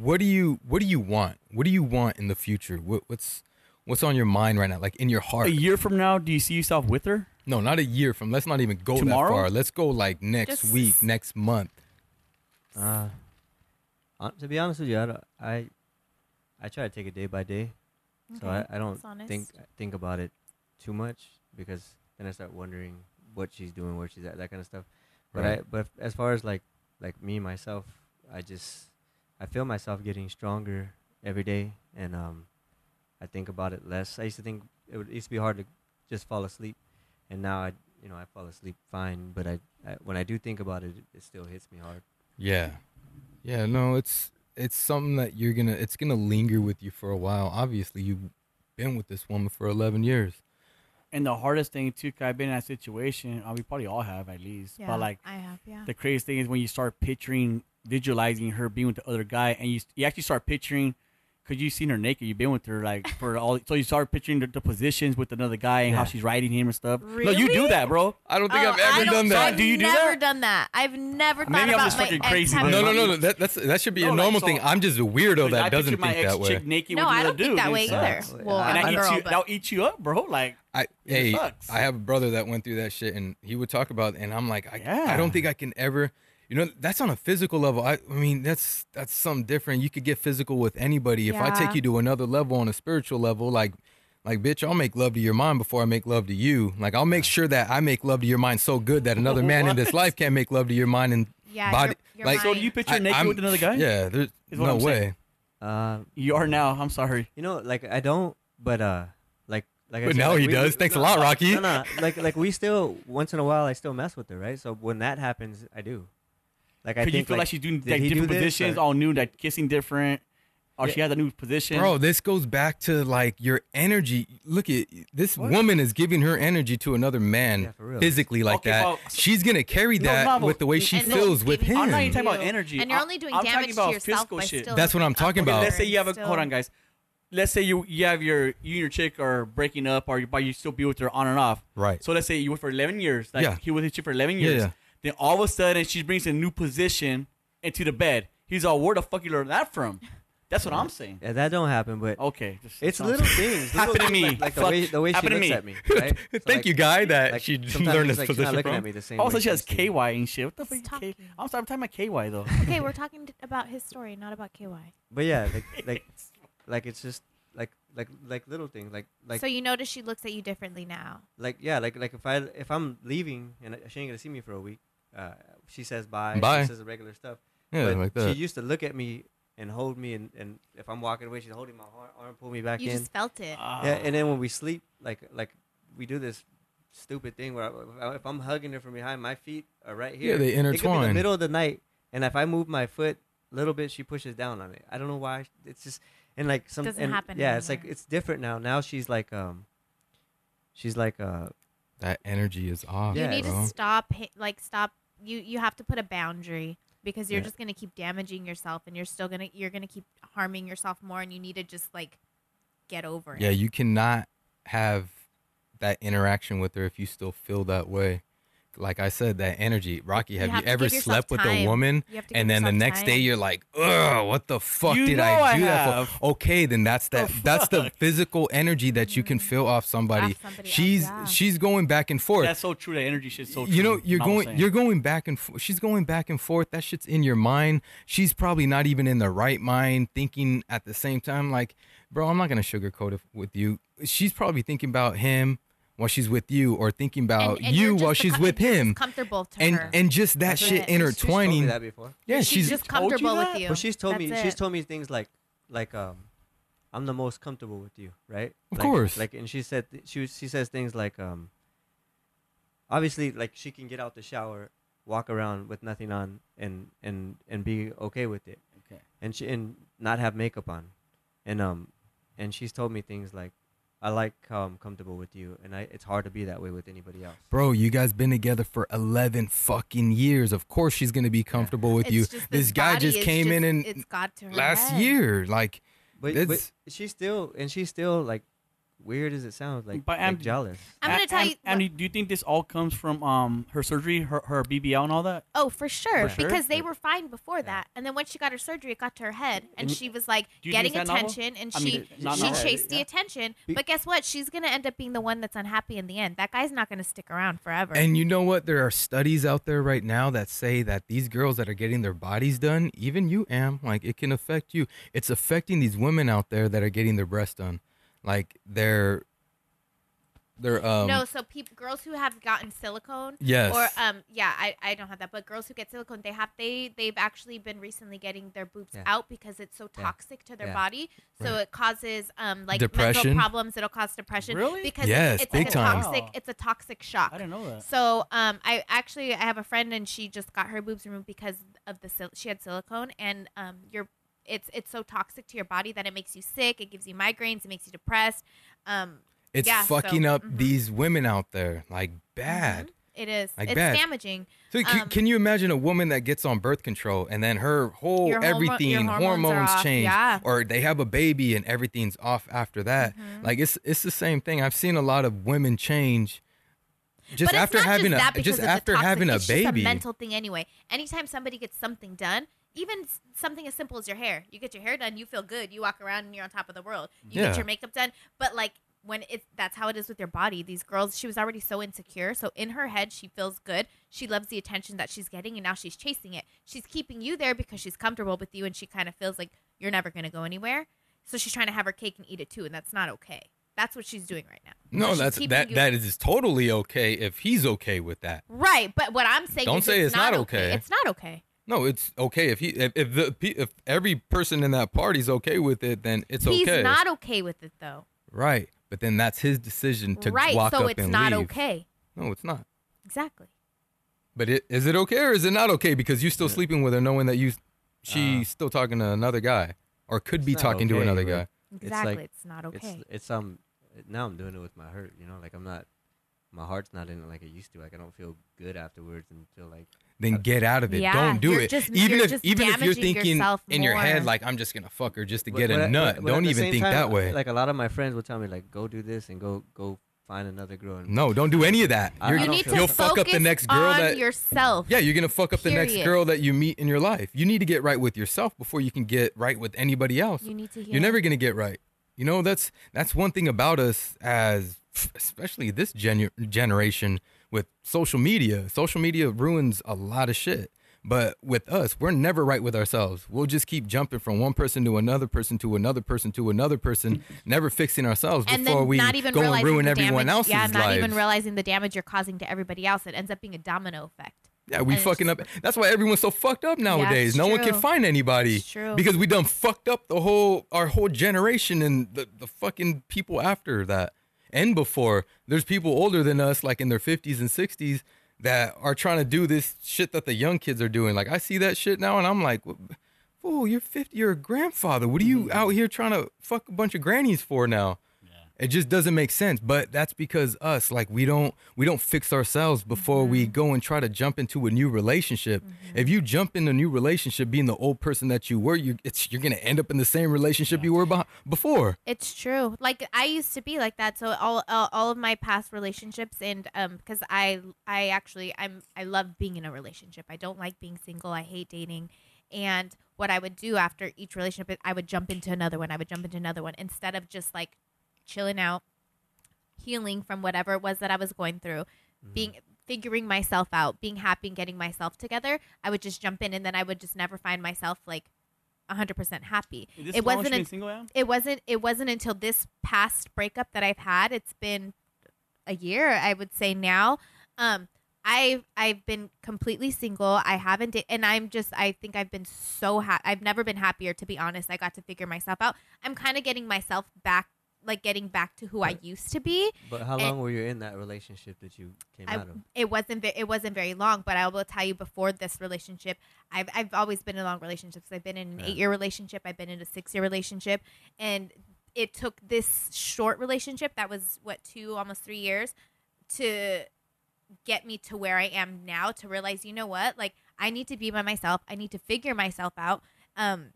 what do you what do you want what do you want in the future what, what's what's on your mind right now like in your a heart year from now, do you see yourself with her? no not a year from let's not even go Tomorrow? that far let's go like next Just- week next month Uh, hon- to be honest with you, I, don't- I I try to take it day by day, so I, I don't that's honest. think think about it too much because then I start wondering what she's doing, where she's at, that kind of stuff. But Right. I but as far as like like me myself, I just I feel myself getting stronger every day, and um, I think about it less. I used to think it, would, it used to be hard to just fall asleep, and now I you know I fall asleep fine, but I, I when I do think about it, it still hits me hard. yeah yeah no it's it's something that you're gonna it's gonna linger with you for a while obviously you've been with this woman for 11 years And the hardest thing too, i I've been in that situation. Uh, we probably all have at least. Yeah, But like I have, yeah. the craziest thing is when you start picturing, visualizing her being with the other guy, and you you actually start picturing. Cause you've seen her naked, you've been with her like for all, so you start picturing the, the positions with another guy and how Yeah. she's riding him and stuff. No, you do Really? that, bro. i don't think Oh, i've ever don't- done that I've Do you do never that? done that. I've never thought Maybe I'm about just my fucking ex crazy, having- but- no no no no that, that's that should be No, a like, normal so- thing i'm just a weirdo I that picture doesn't my think ex that way chick naked No, with I another don't think dude, that and way it's uh, either. Yeah. Well, I'm a and And I eat girl, you. but That'll eat you up, bro. Like I It hey, sucks. I have a brother that went through that shit, and he would talk about, it, and I'm like, I, I Yeah. don't think I can ever. You know, that's on a physical level. I, I mean, that's that's something different. You could get physical with anybody. If I Yeah. take you to another level on a spiritual level, like, like bitch, I'll make love to your mind before I make love to you. Like, I'll make sure that I make love to your mind so good that another man in this What? life can't make love to your mind and Yeah, body. your- your like, So do you picture I- naked I'm- with another guy? Yeah, there's Is what no I'm way. saying. Uh, You are now. I'm sorry. You know, like I don't, but uh, like like. I But said, now like, he we- does. we- Thanks no, a lot, Rocky. No, no, like like we still once in a while I still mess with her, right? So when that happens, I do. Like I Because think you feel like, she's doing did like he do different this, positions, or- all new, like kissing different, or she has a new position. Bro, this goes back to like your energy. Look at this woman is giving her energy to another man Yeah, for real. physically like Okay, that. well, so- She's gonna carry No, that Mavo, with the way she and then feels with giving him. it I'm not even to talking about you. energy. And you're I- only doing I'm damage talking about to yourself physical by shit. still That's what I'm talking upholding about. Let's say you have a still- hold on, guys. Let's say you you have your you and your chick are breaking up, or you, but you still be with her on and off. Right. So let's say you were for 11 years. Like Yeah. he was with you for 11 Yeah, years. yeah. Then all of a sudden she brings a new position into the bed. He's all, where the fuck you learn that from? That's what I'm saying. Yeah, that don't happen, but Okay. just- it's I'm little sorry. things. Happen Oh, Little to things, me. Like, like the Fuck. way the way she Happen to looks me. at me. Right? So, Thank like- you, guy, that like, she sometimes learned it's this like she's not position looking from. at me the same Also, way she has used to. KY and shit. What the He's fuck? K- talking. I'm sorry, I'm talking about KY though. Okay, we're talking t- about his story, not about KY. But yeah, like like like it's just like like like little things, like like so you notice she looks at you differently now. like yeah, like like if I if I'm leaving and she ain't gonna see me for a week, uh, she says bye. Bye. She says the regular stuff. yeah, but like that. She used to look at me and hold me, and, and if I'm walking away, she's holding my arm, arm pull me back You in. just felt it. Uh, Ah, yeah, and then when we sleep, like like we do this stupid thing where I, if I'm hugging her from behind, my feet are right here. Yeah, they It could be intertwine. the middle of the night, and if I move my foot a little bit, she pushes down on it. I don't know why. It's just and like some Doesn't and, happen Yeah, it's like anymore. it's different now. Now she's like um, she's like uh that energy is off. you yeah, need bro. to stop. hi- Like stop. You you have to put a boundary because you're Yeah. just gonna keep damaging yourself, and you're still gonna you're gonna keep harming yourself more, and you need to just like get over it. Yeah, you cannot have that interaction with her if you still feel that way. Like I said, that energy. Rocky, have you, have to ever give yourself slept with a time. woman You have to give and then the yourself next day time. you're like, ugh, what the fuck You did know I I do that have. for? Okay, then that's that that's the physical energy that you can feel off somebody. Mm-hmm. Off somebody else, she's yeah. she's going back and forth. That's so true. That energy shit's so true. you know, you're Mama going saying. you're going back and forth. She's going back and forth. That shit's in your mind. She's probably not even in the right mind thinking at the same time. Like, bro, I'm not gonna sugarcoat it with you. She's probably thinking about him while she's with you, or thinking about And- and oh, you you're just while the she's com- with you're just him, comfortable to and her. and just that That's shit it. She's told me intertwining. that before. yeah, she's, she's, just told you comfortable that? with you. But she's told me That's she's it. told me things like like um I'm the most comfortable with you, right? Of Like- course. Like and she said th- she was- she says things like um obviously like she can get out the shower, walk around with nothing on and and and be okay with it. Okay. And she and not have makeup on. And um and she's told me things like I like how I'm comfortable with you and I it's hard to be that way with anybody else. bro, you guys been together for eleven fucking years. Of course, she's gonna be comfortable with It's you. just This, this guy body just is came in and it's got to her last head. year, like. But, That's- but she's still and she's still like weird as it sounds like, But I'm- like jealous. I'm gonna A- tell and- you- And do you think this all comes from um her surgery, her her BBL and all that? Oh, for sure, For sure? because they were fine before that, and then once she got her surgery, it got to her head, and, And- she was like Do you getting think it's that novel? attention, and I she mean, not she novel. chased the Yeah. attention. Be- But guess what? She's gonna end up being the one that's unhappy in the end. That guy's not gonna stick around forever. And you know what? There are studies out there right now that say that these girls that are getting their bodies done, even you, Am, like it can affect you. It's affecting these women out there that are getting their breasts done. Like they're, they're, um, no, so peop girls who have gotten silicone, yes. or um, yeah, I, I don't have that, but girls who get silicone, they have they they've actually been recently getting their boobs Yeah. out because it's so Yeah. toxic to their Yeah. body, so Right. it causes um like Depression. mental problems. It'll cause depression, Really? Because Yes, it's, it's big a time. toxic. Wow. It's a toxic shock. I didn't know that. So um, I actually I have a friend and she just got her boobs removed because of the sil- she had silicone and um, your it's it's so toxic to your body that it makes you sick. It gives you migraines. It makes you depressed. Um, it's yeah, so- Mm-hmm. fucking up mhm. these women out there, like bad. it is Like it's bad. damaging. So can, Um, can you imagine a woman that gets on birth control and then her whole Your hormo- your everything hormones are hormones off, change yeah. or they have a baby and everything's off after that. Mm-hmm. Like it's it's the same thing. I've seen a lot of women change just but after it's not having just that a because just it's after toxic, having a it's just baby. a mental thing anyway. Anytime somebody gets something done, even s- something as simple as your hair, you get your hair done, you feel good, you walk around and you're on top of the world. You Yeah. get your makeup done, but like when it's that's how it is with your body. These girls, she was already so insecure, so in her head she feels good. She loves the attention that she's getting, and now she's chasing it. She's keeping you there because she's comfortable with you, and she kind of feels like you're never gonna go anywhere. So she's trying to have her cake and eat it too, and that's not okay. That's what she's doing right now. So no, she's that's keeping that you- that is totally okay if he's okay with that. Right, but what I'm saying Don't is say it's, it's not, not okay. okay. It's not okay. No, it's okay if he if, if the pe- if every person in that party's okay with it, then it's He's okay. not okay with it though. right, but then that's his decision to right, walk so up it's and not leave. okay. No, it's not. Exactly. But it, is it okay or is it not okay because you're still sleeping with her knowing that you she's still talking to another guy or could Uh, It's be not talking to okay, another but guy. It's Exactly. like- it's not okay. It's it's um now I'm doing it with my hurt, you know, like I'm not my heart's not in it like it used to. Like I don't feel good afterwards and feel like Then get out of it. Yeah, Don't do you're it. just- even you're if just even if you're damaging thinking yourself in your head more. like I'm just gonna fuck her just to But- get but a at- nut. but- but at don't the even same think time, that way. Like a lot of my friends will tell me like go do this and go go find another girl and no, don't do any of that. I- You're, I you don't need feel to will that. fuck up the focus next girl on that yourself. Yeah, you're gonna fuck up the next Period. girl that you meet in your life. You need to get right with yourself before you can get right with anybody else. You need to heal. You're never gonna get right. You know that's that's one thing about us as especially this genu- generation with social media. Social media ruins a lot of shit. But with us, we're never right with ourselves. We'll just keep jumping from one person to another person to another person to another person, never fixing ourselves Mm. and before then we not even go and realizing ruin the everyone damage. else's Yeah, not lives. even realizing the damage you're causing to everybody else. It ends up being a domino effect. Yeah, we And it's fucking just- up. That's why everyone's so fucked up nowadays. it's no one can true. find anybody It's true. because we done fucked up the whole our whole generation and the, the fucking people after that and before. There's people older than us, like in their 50s and 60s, that are trying to do this shit that the young kids are doing. Like I see that shit now, and I'm like, "What- Mm-hmm. fool, you're 50, you're a grandfather. What are you out here trying to fuck a bunch of grannies for now? It just doesn't make sense. But that's because us, like we don't we don't fix ourselves before we go and try to jump into a new relationship. If you jump in a new relationship being the old person that you were, you it's you're gonna end up in the same relationship you were behi- before. It's true. Like I used to be like that. So all all, all of my past relationships and um because I I actually I'm I love being in a relationship. I don't like being single. I hate dating. And what I would do after each relationship, I would jump into another one. I would jump into another one instead of just like chilling out, healing from whatever it was that I was going through, being figuring myself out, being happy and getting myself together. I would just jump in and then I would just never find myself like 100% happy. it wasn't un- single. Am? it wasn't it wasn't until this past breakup that I've had. It's been a year, I would say now. Um I've I've been completely single. I haven't da- and I'm just I think I've been so happy. I've never been happier to be honest. I got to figure myself out. I'm kind of getting myself back like getting back to who I used to be. But how And- long were you in that relationship that you came I, out of? it wasn't ve- it wasn't very long, but I will tell you before this relationship, I've I've always been in long relationships. I've been in an Yeah. eight year relationship. I've been in a six year relationship, and it took this short relationship that was what two almost three years to get me to where I am now to realize you know what like I need to be by myself. I need to figure myself out. Um,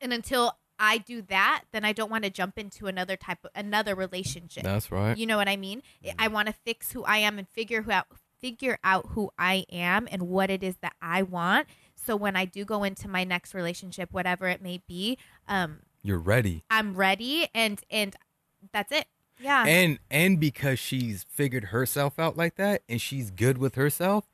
and until I do that, then I don't want to jump into another type of another relationship. That's right. You know what I mean? I- mm. I want to fix who I am and figure who out figure out who I am and what it is that I want. So when I do go into my next relationship, whatever it may be, um, You're ready. I'm ready and and that's it. Yeah. and and because she's figured herself out like that and she's good with herself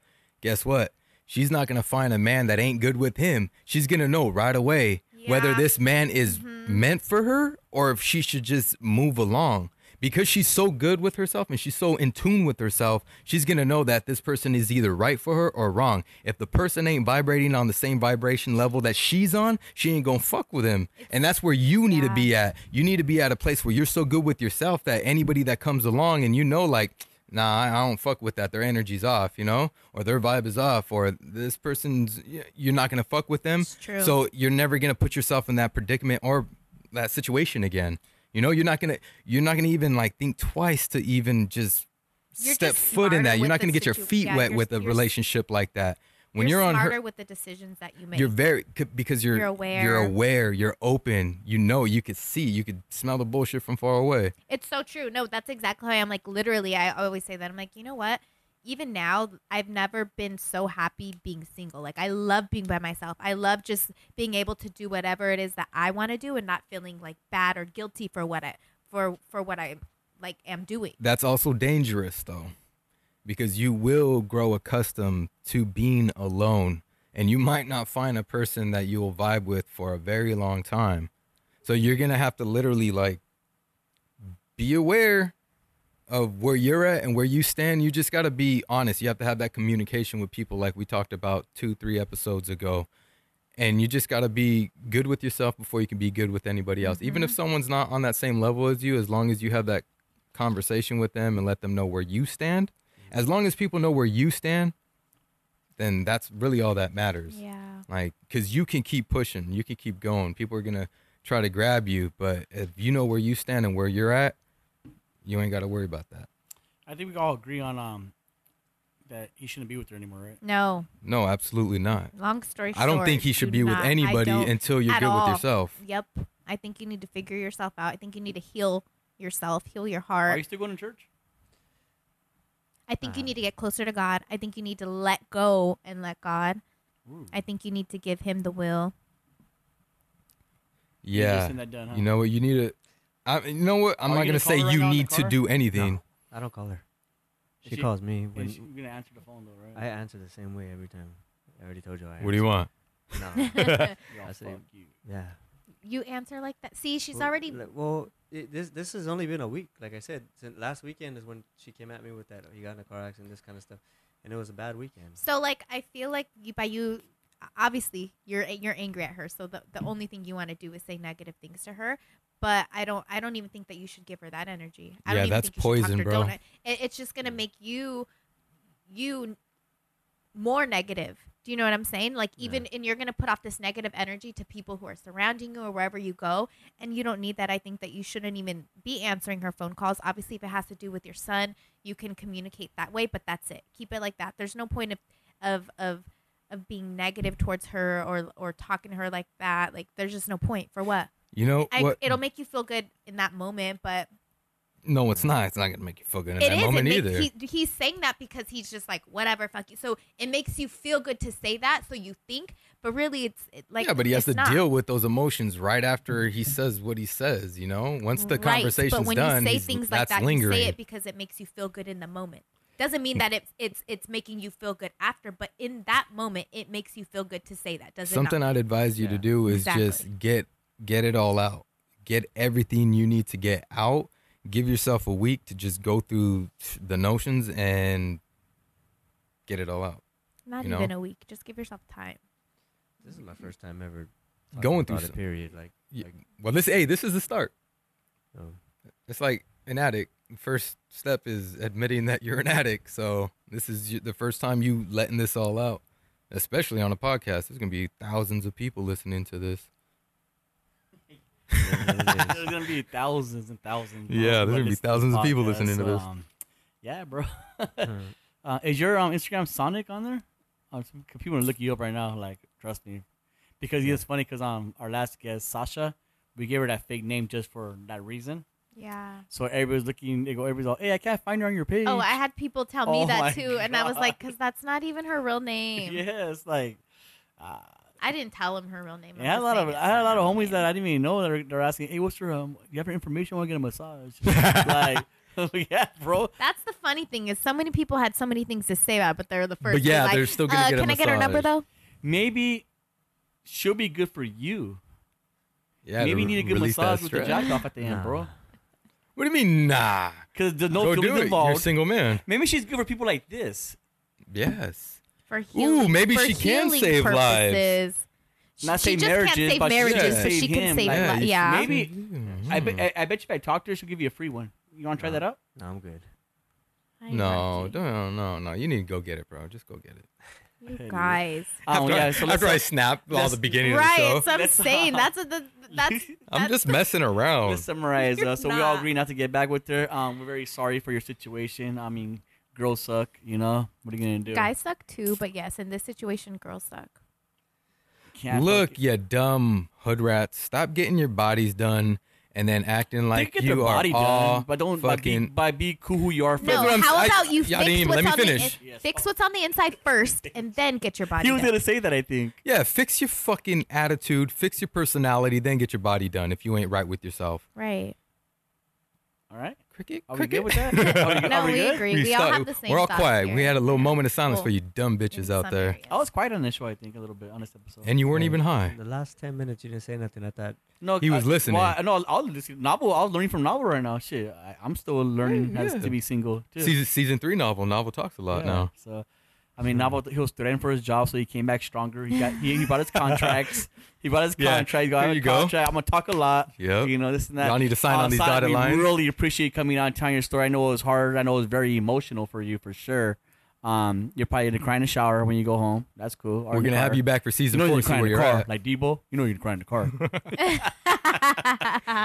guess what she's not gonna find a man that ain't good with him she's gonna know right away whether Yeah. this man is meant for her or if she should just move along because she's so good with herself and she's so in tune with herself she's gonna know that this person is either right for her or wrong if the person ain't vibrating on the same vibration level that she's on she ain't gonna fuck with him and that's where you need to Yeah. be be at. You need to be at a place where you're so good with yourself that anybody that comes along and you know, like, nah, I, I don't fuck with that. Their energy's off, you know, or their vibe is off, or this person's, y- you're not gonna fuck with them. It's true. So you're never gonna put yourself in that predicament or that situation again. You know, you're not gonna, you're not gonna even like think twice to even just You're step just foot in smarter that. You're with not the gonna get your situ- feet yeah, wet you're- with a you're- relationship like that. When you're, on her, smarter with the decisions that you make. you're very c- because you're You're aware. You're aware. You're open. You know. You could see. You could smell the bullshit from far away. It's so true. No, that's exactly how I am. Like literally, I always say that. I'm like, you know what? Even now, I've never been so happy being single. Like I love being by myself. I love just being able to do whatever it is that I want to do and not feeling like bad or guilty for what I for for what I like am doing. That's also dangerous though, because you will grow accustomed to being alone, and you might not find a person that you will vibe with for a very long time. So you're gonna have to literally like be aware of where you're at and where you stand. You just gotta be honest. You have to have that communication with people, like we talked about two, three episodes ago. and you just got to be good with yourself before you can be good with anybody else even if someone's not on that same level as you as long as you have that conversation with them and let them know where you stand as long as people know where you stand then that's really all that matters Yeah. like because you can keep pushing you can keep going people are gonna try to grab you but if you know where you stand and where you're at you ain't got to worry about that I think we all agree on um that he shouldn't be with her anymore, right? No. no absolutely not Long story short. i don't think he should do be with not- I anybody don't- until you're at good all. with yourself Yep. I think you need to figure yourself out. I think you need to heal yourself, heal your heart. Are you still going to church? I think you Uh-huh. need to get closer to God. I think you need to let go and let God. Ooh. I think you need to give Him the will. You just yeah seen that done, huh? You know what? You need to. I, you know what? I'm Are not Oh, you gonna gonna call say her right you now in the need to car? do anything. No, I don't call her. Is She, she- calls me. When And she- you're going to answer the phone though, right? I answer the same way every time. I already told you I. What do you want? answer. No. Yo, I see. fuck you. yeah. You answer like that. See, she's Well, already. li- Well, it, this this has only been a week. Like I said, since last weekend is when she came at me with that. He got in a car accident, this kind of stuff, and it was a bad weekend. So like, I feel like you, by you, obviously you're you're angry at her. So the the only thing you want to do is say negative things to her. But I don't. I don't even think that you should give her that energy. I Yeah, don't even that's think you should talk to poison, her. bro. Don't, it, it's just gonna make you, you, more negative. Do you know what I'm saying? Like even and you're gonna put off this negative energy to people who are surrounding you or wherever you go, and you don't need that. I think that you shouldn't even be answering her phone calls. Obviously, if it has to do with your son, you can communicate that way, but that's it. Keep it like that. There's no point of of of of being negative towards her or or talking to her like that. Like there's just no point for what. You know I, what? It'll make you feel good in that moment, but no, it's not. It's not gonna make you feel good in it that is. moment it either. makes, he, he's saying that because he's just like whatever, fuck you. So it makes you feel good to say that. So you think, but really, it's it, like yeah, but he has it's to not. deal with those emotions right after he says what he says. You know, once the Right, conversation's But when done, you say he's- things like that's that, lingering. you say it because it makes you feel good in the moment. Doesn't mean that it's it's it's making you feel good after, but in that moment, it makes you feel good to say that. Does Something it not? I'd advise you to Yeah. do is Exactly. just get get it all out. Get everything you need to get out. Give yourself a week to just go through the notions and get it all out. not you know? even a week. Just give yourself time. This is my first time ever talking Going through about a some- period. Like, Ye- like Well, this hey, this is the start. Oh. It's like an addict. First step is admitting that you're an addict. So this is y- the first time you letting this all out, especially on a podcast. There's gonna be thousands of people listening to this. There's gonna be thousands and thousands. of Yeah, there's people gonna be listening to thousands of this people podcast, listening to this. Mm. um, yeah, bro. uh, is your um, Instagram Sonic on there? Uh, some- 'cause people are looking you up right now. Like, trust me, because it's funny. Because um, our last guest Sasha, we gave her that fake name just for that reason. Yeah. So everybody's looking. They go, everybody's all, hey, I can't find her on your page. Oh, I had people tell me Oh my that too, and I was like, God. because that's not even her real name. yeah, it's like. Uh, I didn't tell him her real name. I'm yeah, I had a just lot saying of it's I had a not lot her of real homies name. that I didn't even know that are, they're asking, "Hey, what's your um? You have your information? I want to get a massage." like, yeah, bro. That's the funny thing is so many people had so many things to say about, it, but they're the first. to be yeah, like, they're still gonna uh, get a Can I get her number massage. though? maybe she'll be good for you. Yeah, to maybe you need a re- good release that massage with the stress. jack off at the end, Nah. bro. What do you mean, nah? Because there's no Go do feelings it. You're a involved. single man. maybe she's good for people like this. Yes. For Ooh, healing, maybe for she can healing save lives. purposes. She, Not she say just marriages, can't save but she marriages, can but save she him, can save. like, li- yeah, you Mm-hmm. yeah. Maybe I Hmm. bet I, I bet you if I talk to her, she'll give you a free one. You want to try that out? no, I'm good. I No, got you. no, no, no. You need to go get it, bro. Just go get it. you guys. Oh yeah. So let's after I snap all let's- the beginning of Right, the show, so I'm That's- saying that's what the that's. I'm that's- just messing around. let's summarize. Uh, so we all Nah. agree not to get back with her. Um, we're very sorry for your situation. I mean, girls suck. You know what are you gonna do? Guys suck too, but yes, in this situation, girls suck. Can't Look, fucking- you dumb hood rats. Stop getting your bodies done and then acting They like get you their are body all done, but don't by be, fucking. by be cool who you are. first. No, what I'm- how I- about you y'all fix didn't even what's let me on finish. the in- fix what's on the inside first, and then get your body. he was done. gonna say that. I think. yeah, fix your fucking attitude, fix your personality, then get your body done if you ain't right with yourself. Right. All right. Cricket, Are we cricket. good with that? Are we, No, are we we good? agree. We, all stuck. have the same. We're all thoughts quiet. here. We had a little moment of silence Well, for you dumb in bitches out some there, areas. I was quiet on this show, I think, a little bit on this episode. and you weren't Hey, even high. The last ten minutes, you didn't say nothing. I thought no, he was I, listening. Well, I, no, I was listening. Novel. I was learning from novel right now. Shit, I, I'm still learning Yeah, as yeah. to be single too. Season season three novel. Novel talks a lot Yeah, now. So, I mean, novel. He was threatened for his job, so he came back stronger. He got he, he bought his contracts. He bought his Yeah, contract. He got there a you go. Contract. I'm gonna talk a lot. Yep. You know this and that. Y'all need to sign on these Outside, dotted we lines. Really appreciate coming out and telling your story. I know it was hard. I know it was very emotional for you for sure. Um, you're probably gonna cry in the shower when you go home. That's cool. Or We're in the gonna have car. you back for You season know four. you're See crying where in the you're car, at. like Debo. You know you're crying in the car.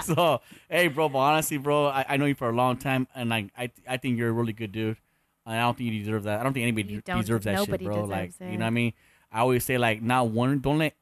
so hey, bro, but honestly, bro, I, I know you for a long time, and like I, I think you're a really good dude. And I don't think you deserve that. I don't think anybody You de- don't- deserves that shit, nobody bro. Like deserves you it. know what I mean. I always say like, not one. Don't let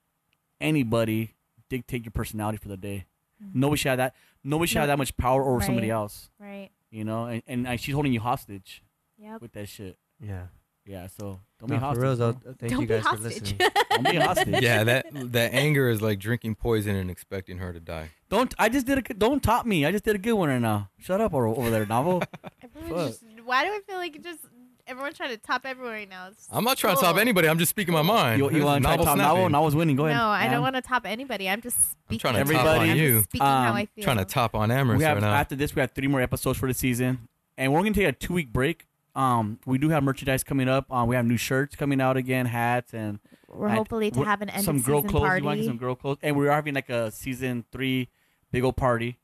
anybody dictate your personality for the day. Nobody should have that. Nobody should have Mm-hmm. No. that much power over somebody Right. else. Right. You know, and, and like, she's holding you hostage Yep. with that shit. Yeah. Yeah, so don't be No, for hostage. real though, bro. th- thank Don't you be guys for hostage. listening. don't be hostage. yeah, that that anger is like drinking poison and expecting her to die. Don't I just did a good- don't top me. I just did a good one right now. Shut up or over there, novel. Everyone Fuck. just, why do I feel like it just everyone trying to top everyone right now? It's I'm not trying to top cool. anybody. I'm just speaking my mind. you This you is want to try novel top snapping. novel? Novel's winning. Go ahead. No, I Ann. don't want to top anybody. I'm just speaking. trying to top on I'm just you. speaking how Um, I feel. trying to top on Amherst We have right now. after this, we have three more episodes for the season, and we're gonna take a two week break. Um, we do have merchandise coming up. Um, we have new shirts coming out again, hats, and We're and hopefully to we're- have an end some of girl season clothes. We want party. to get some girl clothes, and we are having like a season three big old party,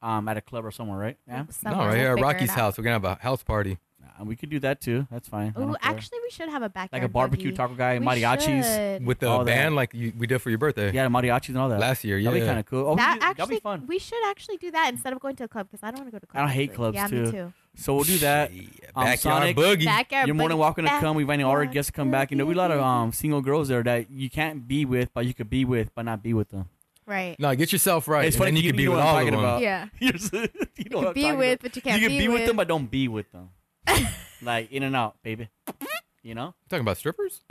um, at a club or somewhere, right? Yeah. Somewhere no, right we'll here at figure it Rocky's out. house. We're gonna have a house party. and we could do that too. That's fine. I Ooh, don't care. actually, we should have a backyard. like a barbecue boogie. taco guy, We mariachis. should. with the All that. band like you, we did for your birthday Yeah, mariachis and all that. last year. Yeah, That'd be kind of cool. Oh, that that'd actually, be fun. we should actually do that instead of going to a club because I don't want to go to I clubs. hate clubs, yeah, too. Me too. So we'll do that. Yeah, Um, backyard Sonic- boogie. Backyard. You're more than boogie, welcome to come. We've invited all our backyard guests to come back. You know, we a lot of boogie. um single girls there that you can't be with, but you could be with, but not be with them. Right. no, get yourself right, It's and funny, then you, you- could be you know with what I'm all of talking them. about. Yeah. You're s- you know what I'm Be talking with, about. but you can't you be, can be with with them, but don't be with them. like in and out, baby. You know, Talking about strippers?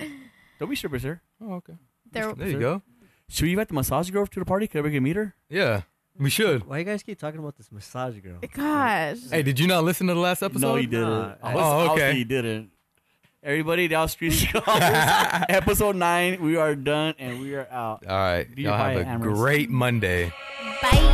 don't be strippers here. Oh, okay. They're- There you go. Should we invite the massage girl to the party? Could we get meet her? Yeah, we should. Why you guys keep talking about this massage girl? Gosh. Hey, did you not listen to the last episode? No, you didn't. Nah, I I- was, Oh, I was okay. saying you didn't. Everybody, that was Street Scholars. Episode nine. We are done and we are out. All right. Do you Y'all buy have a Amherst? great Monday. Bye.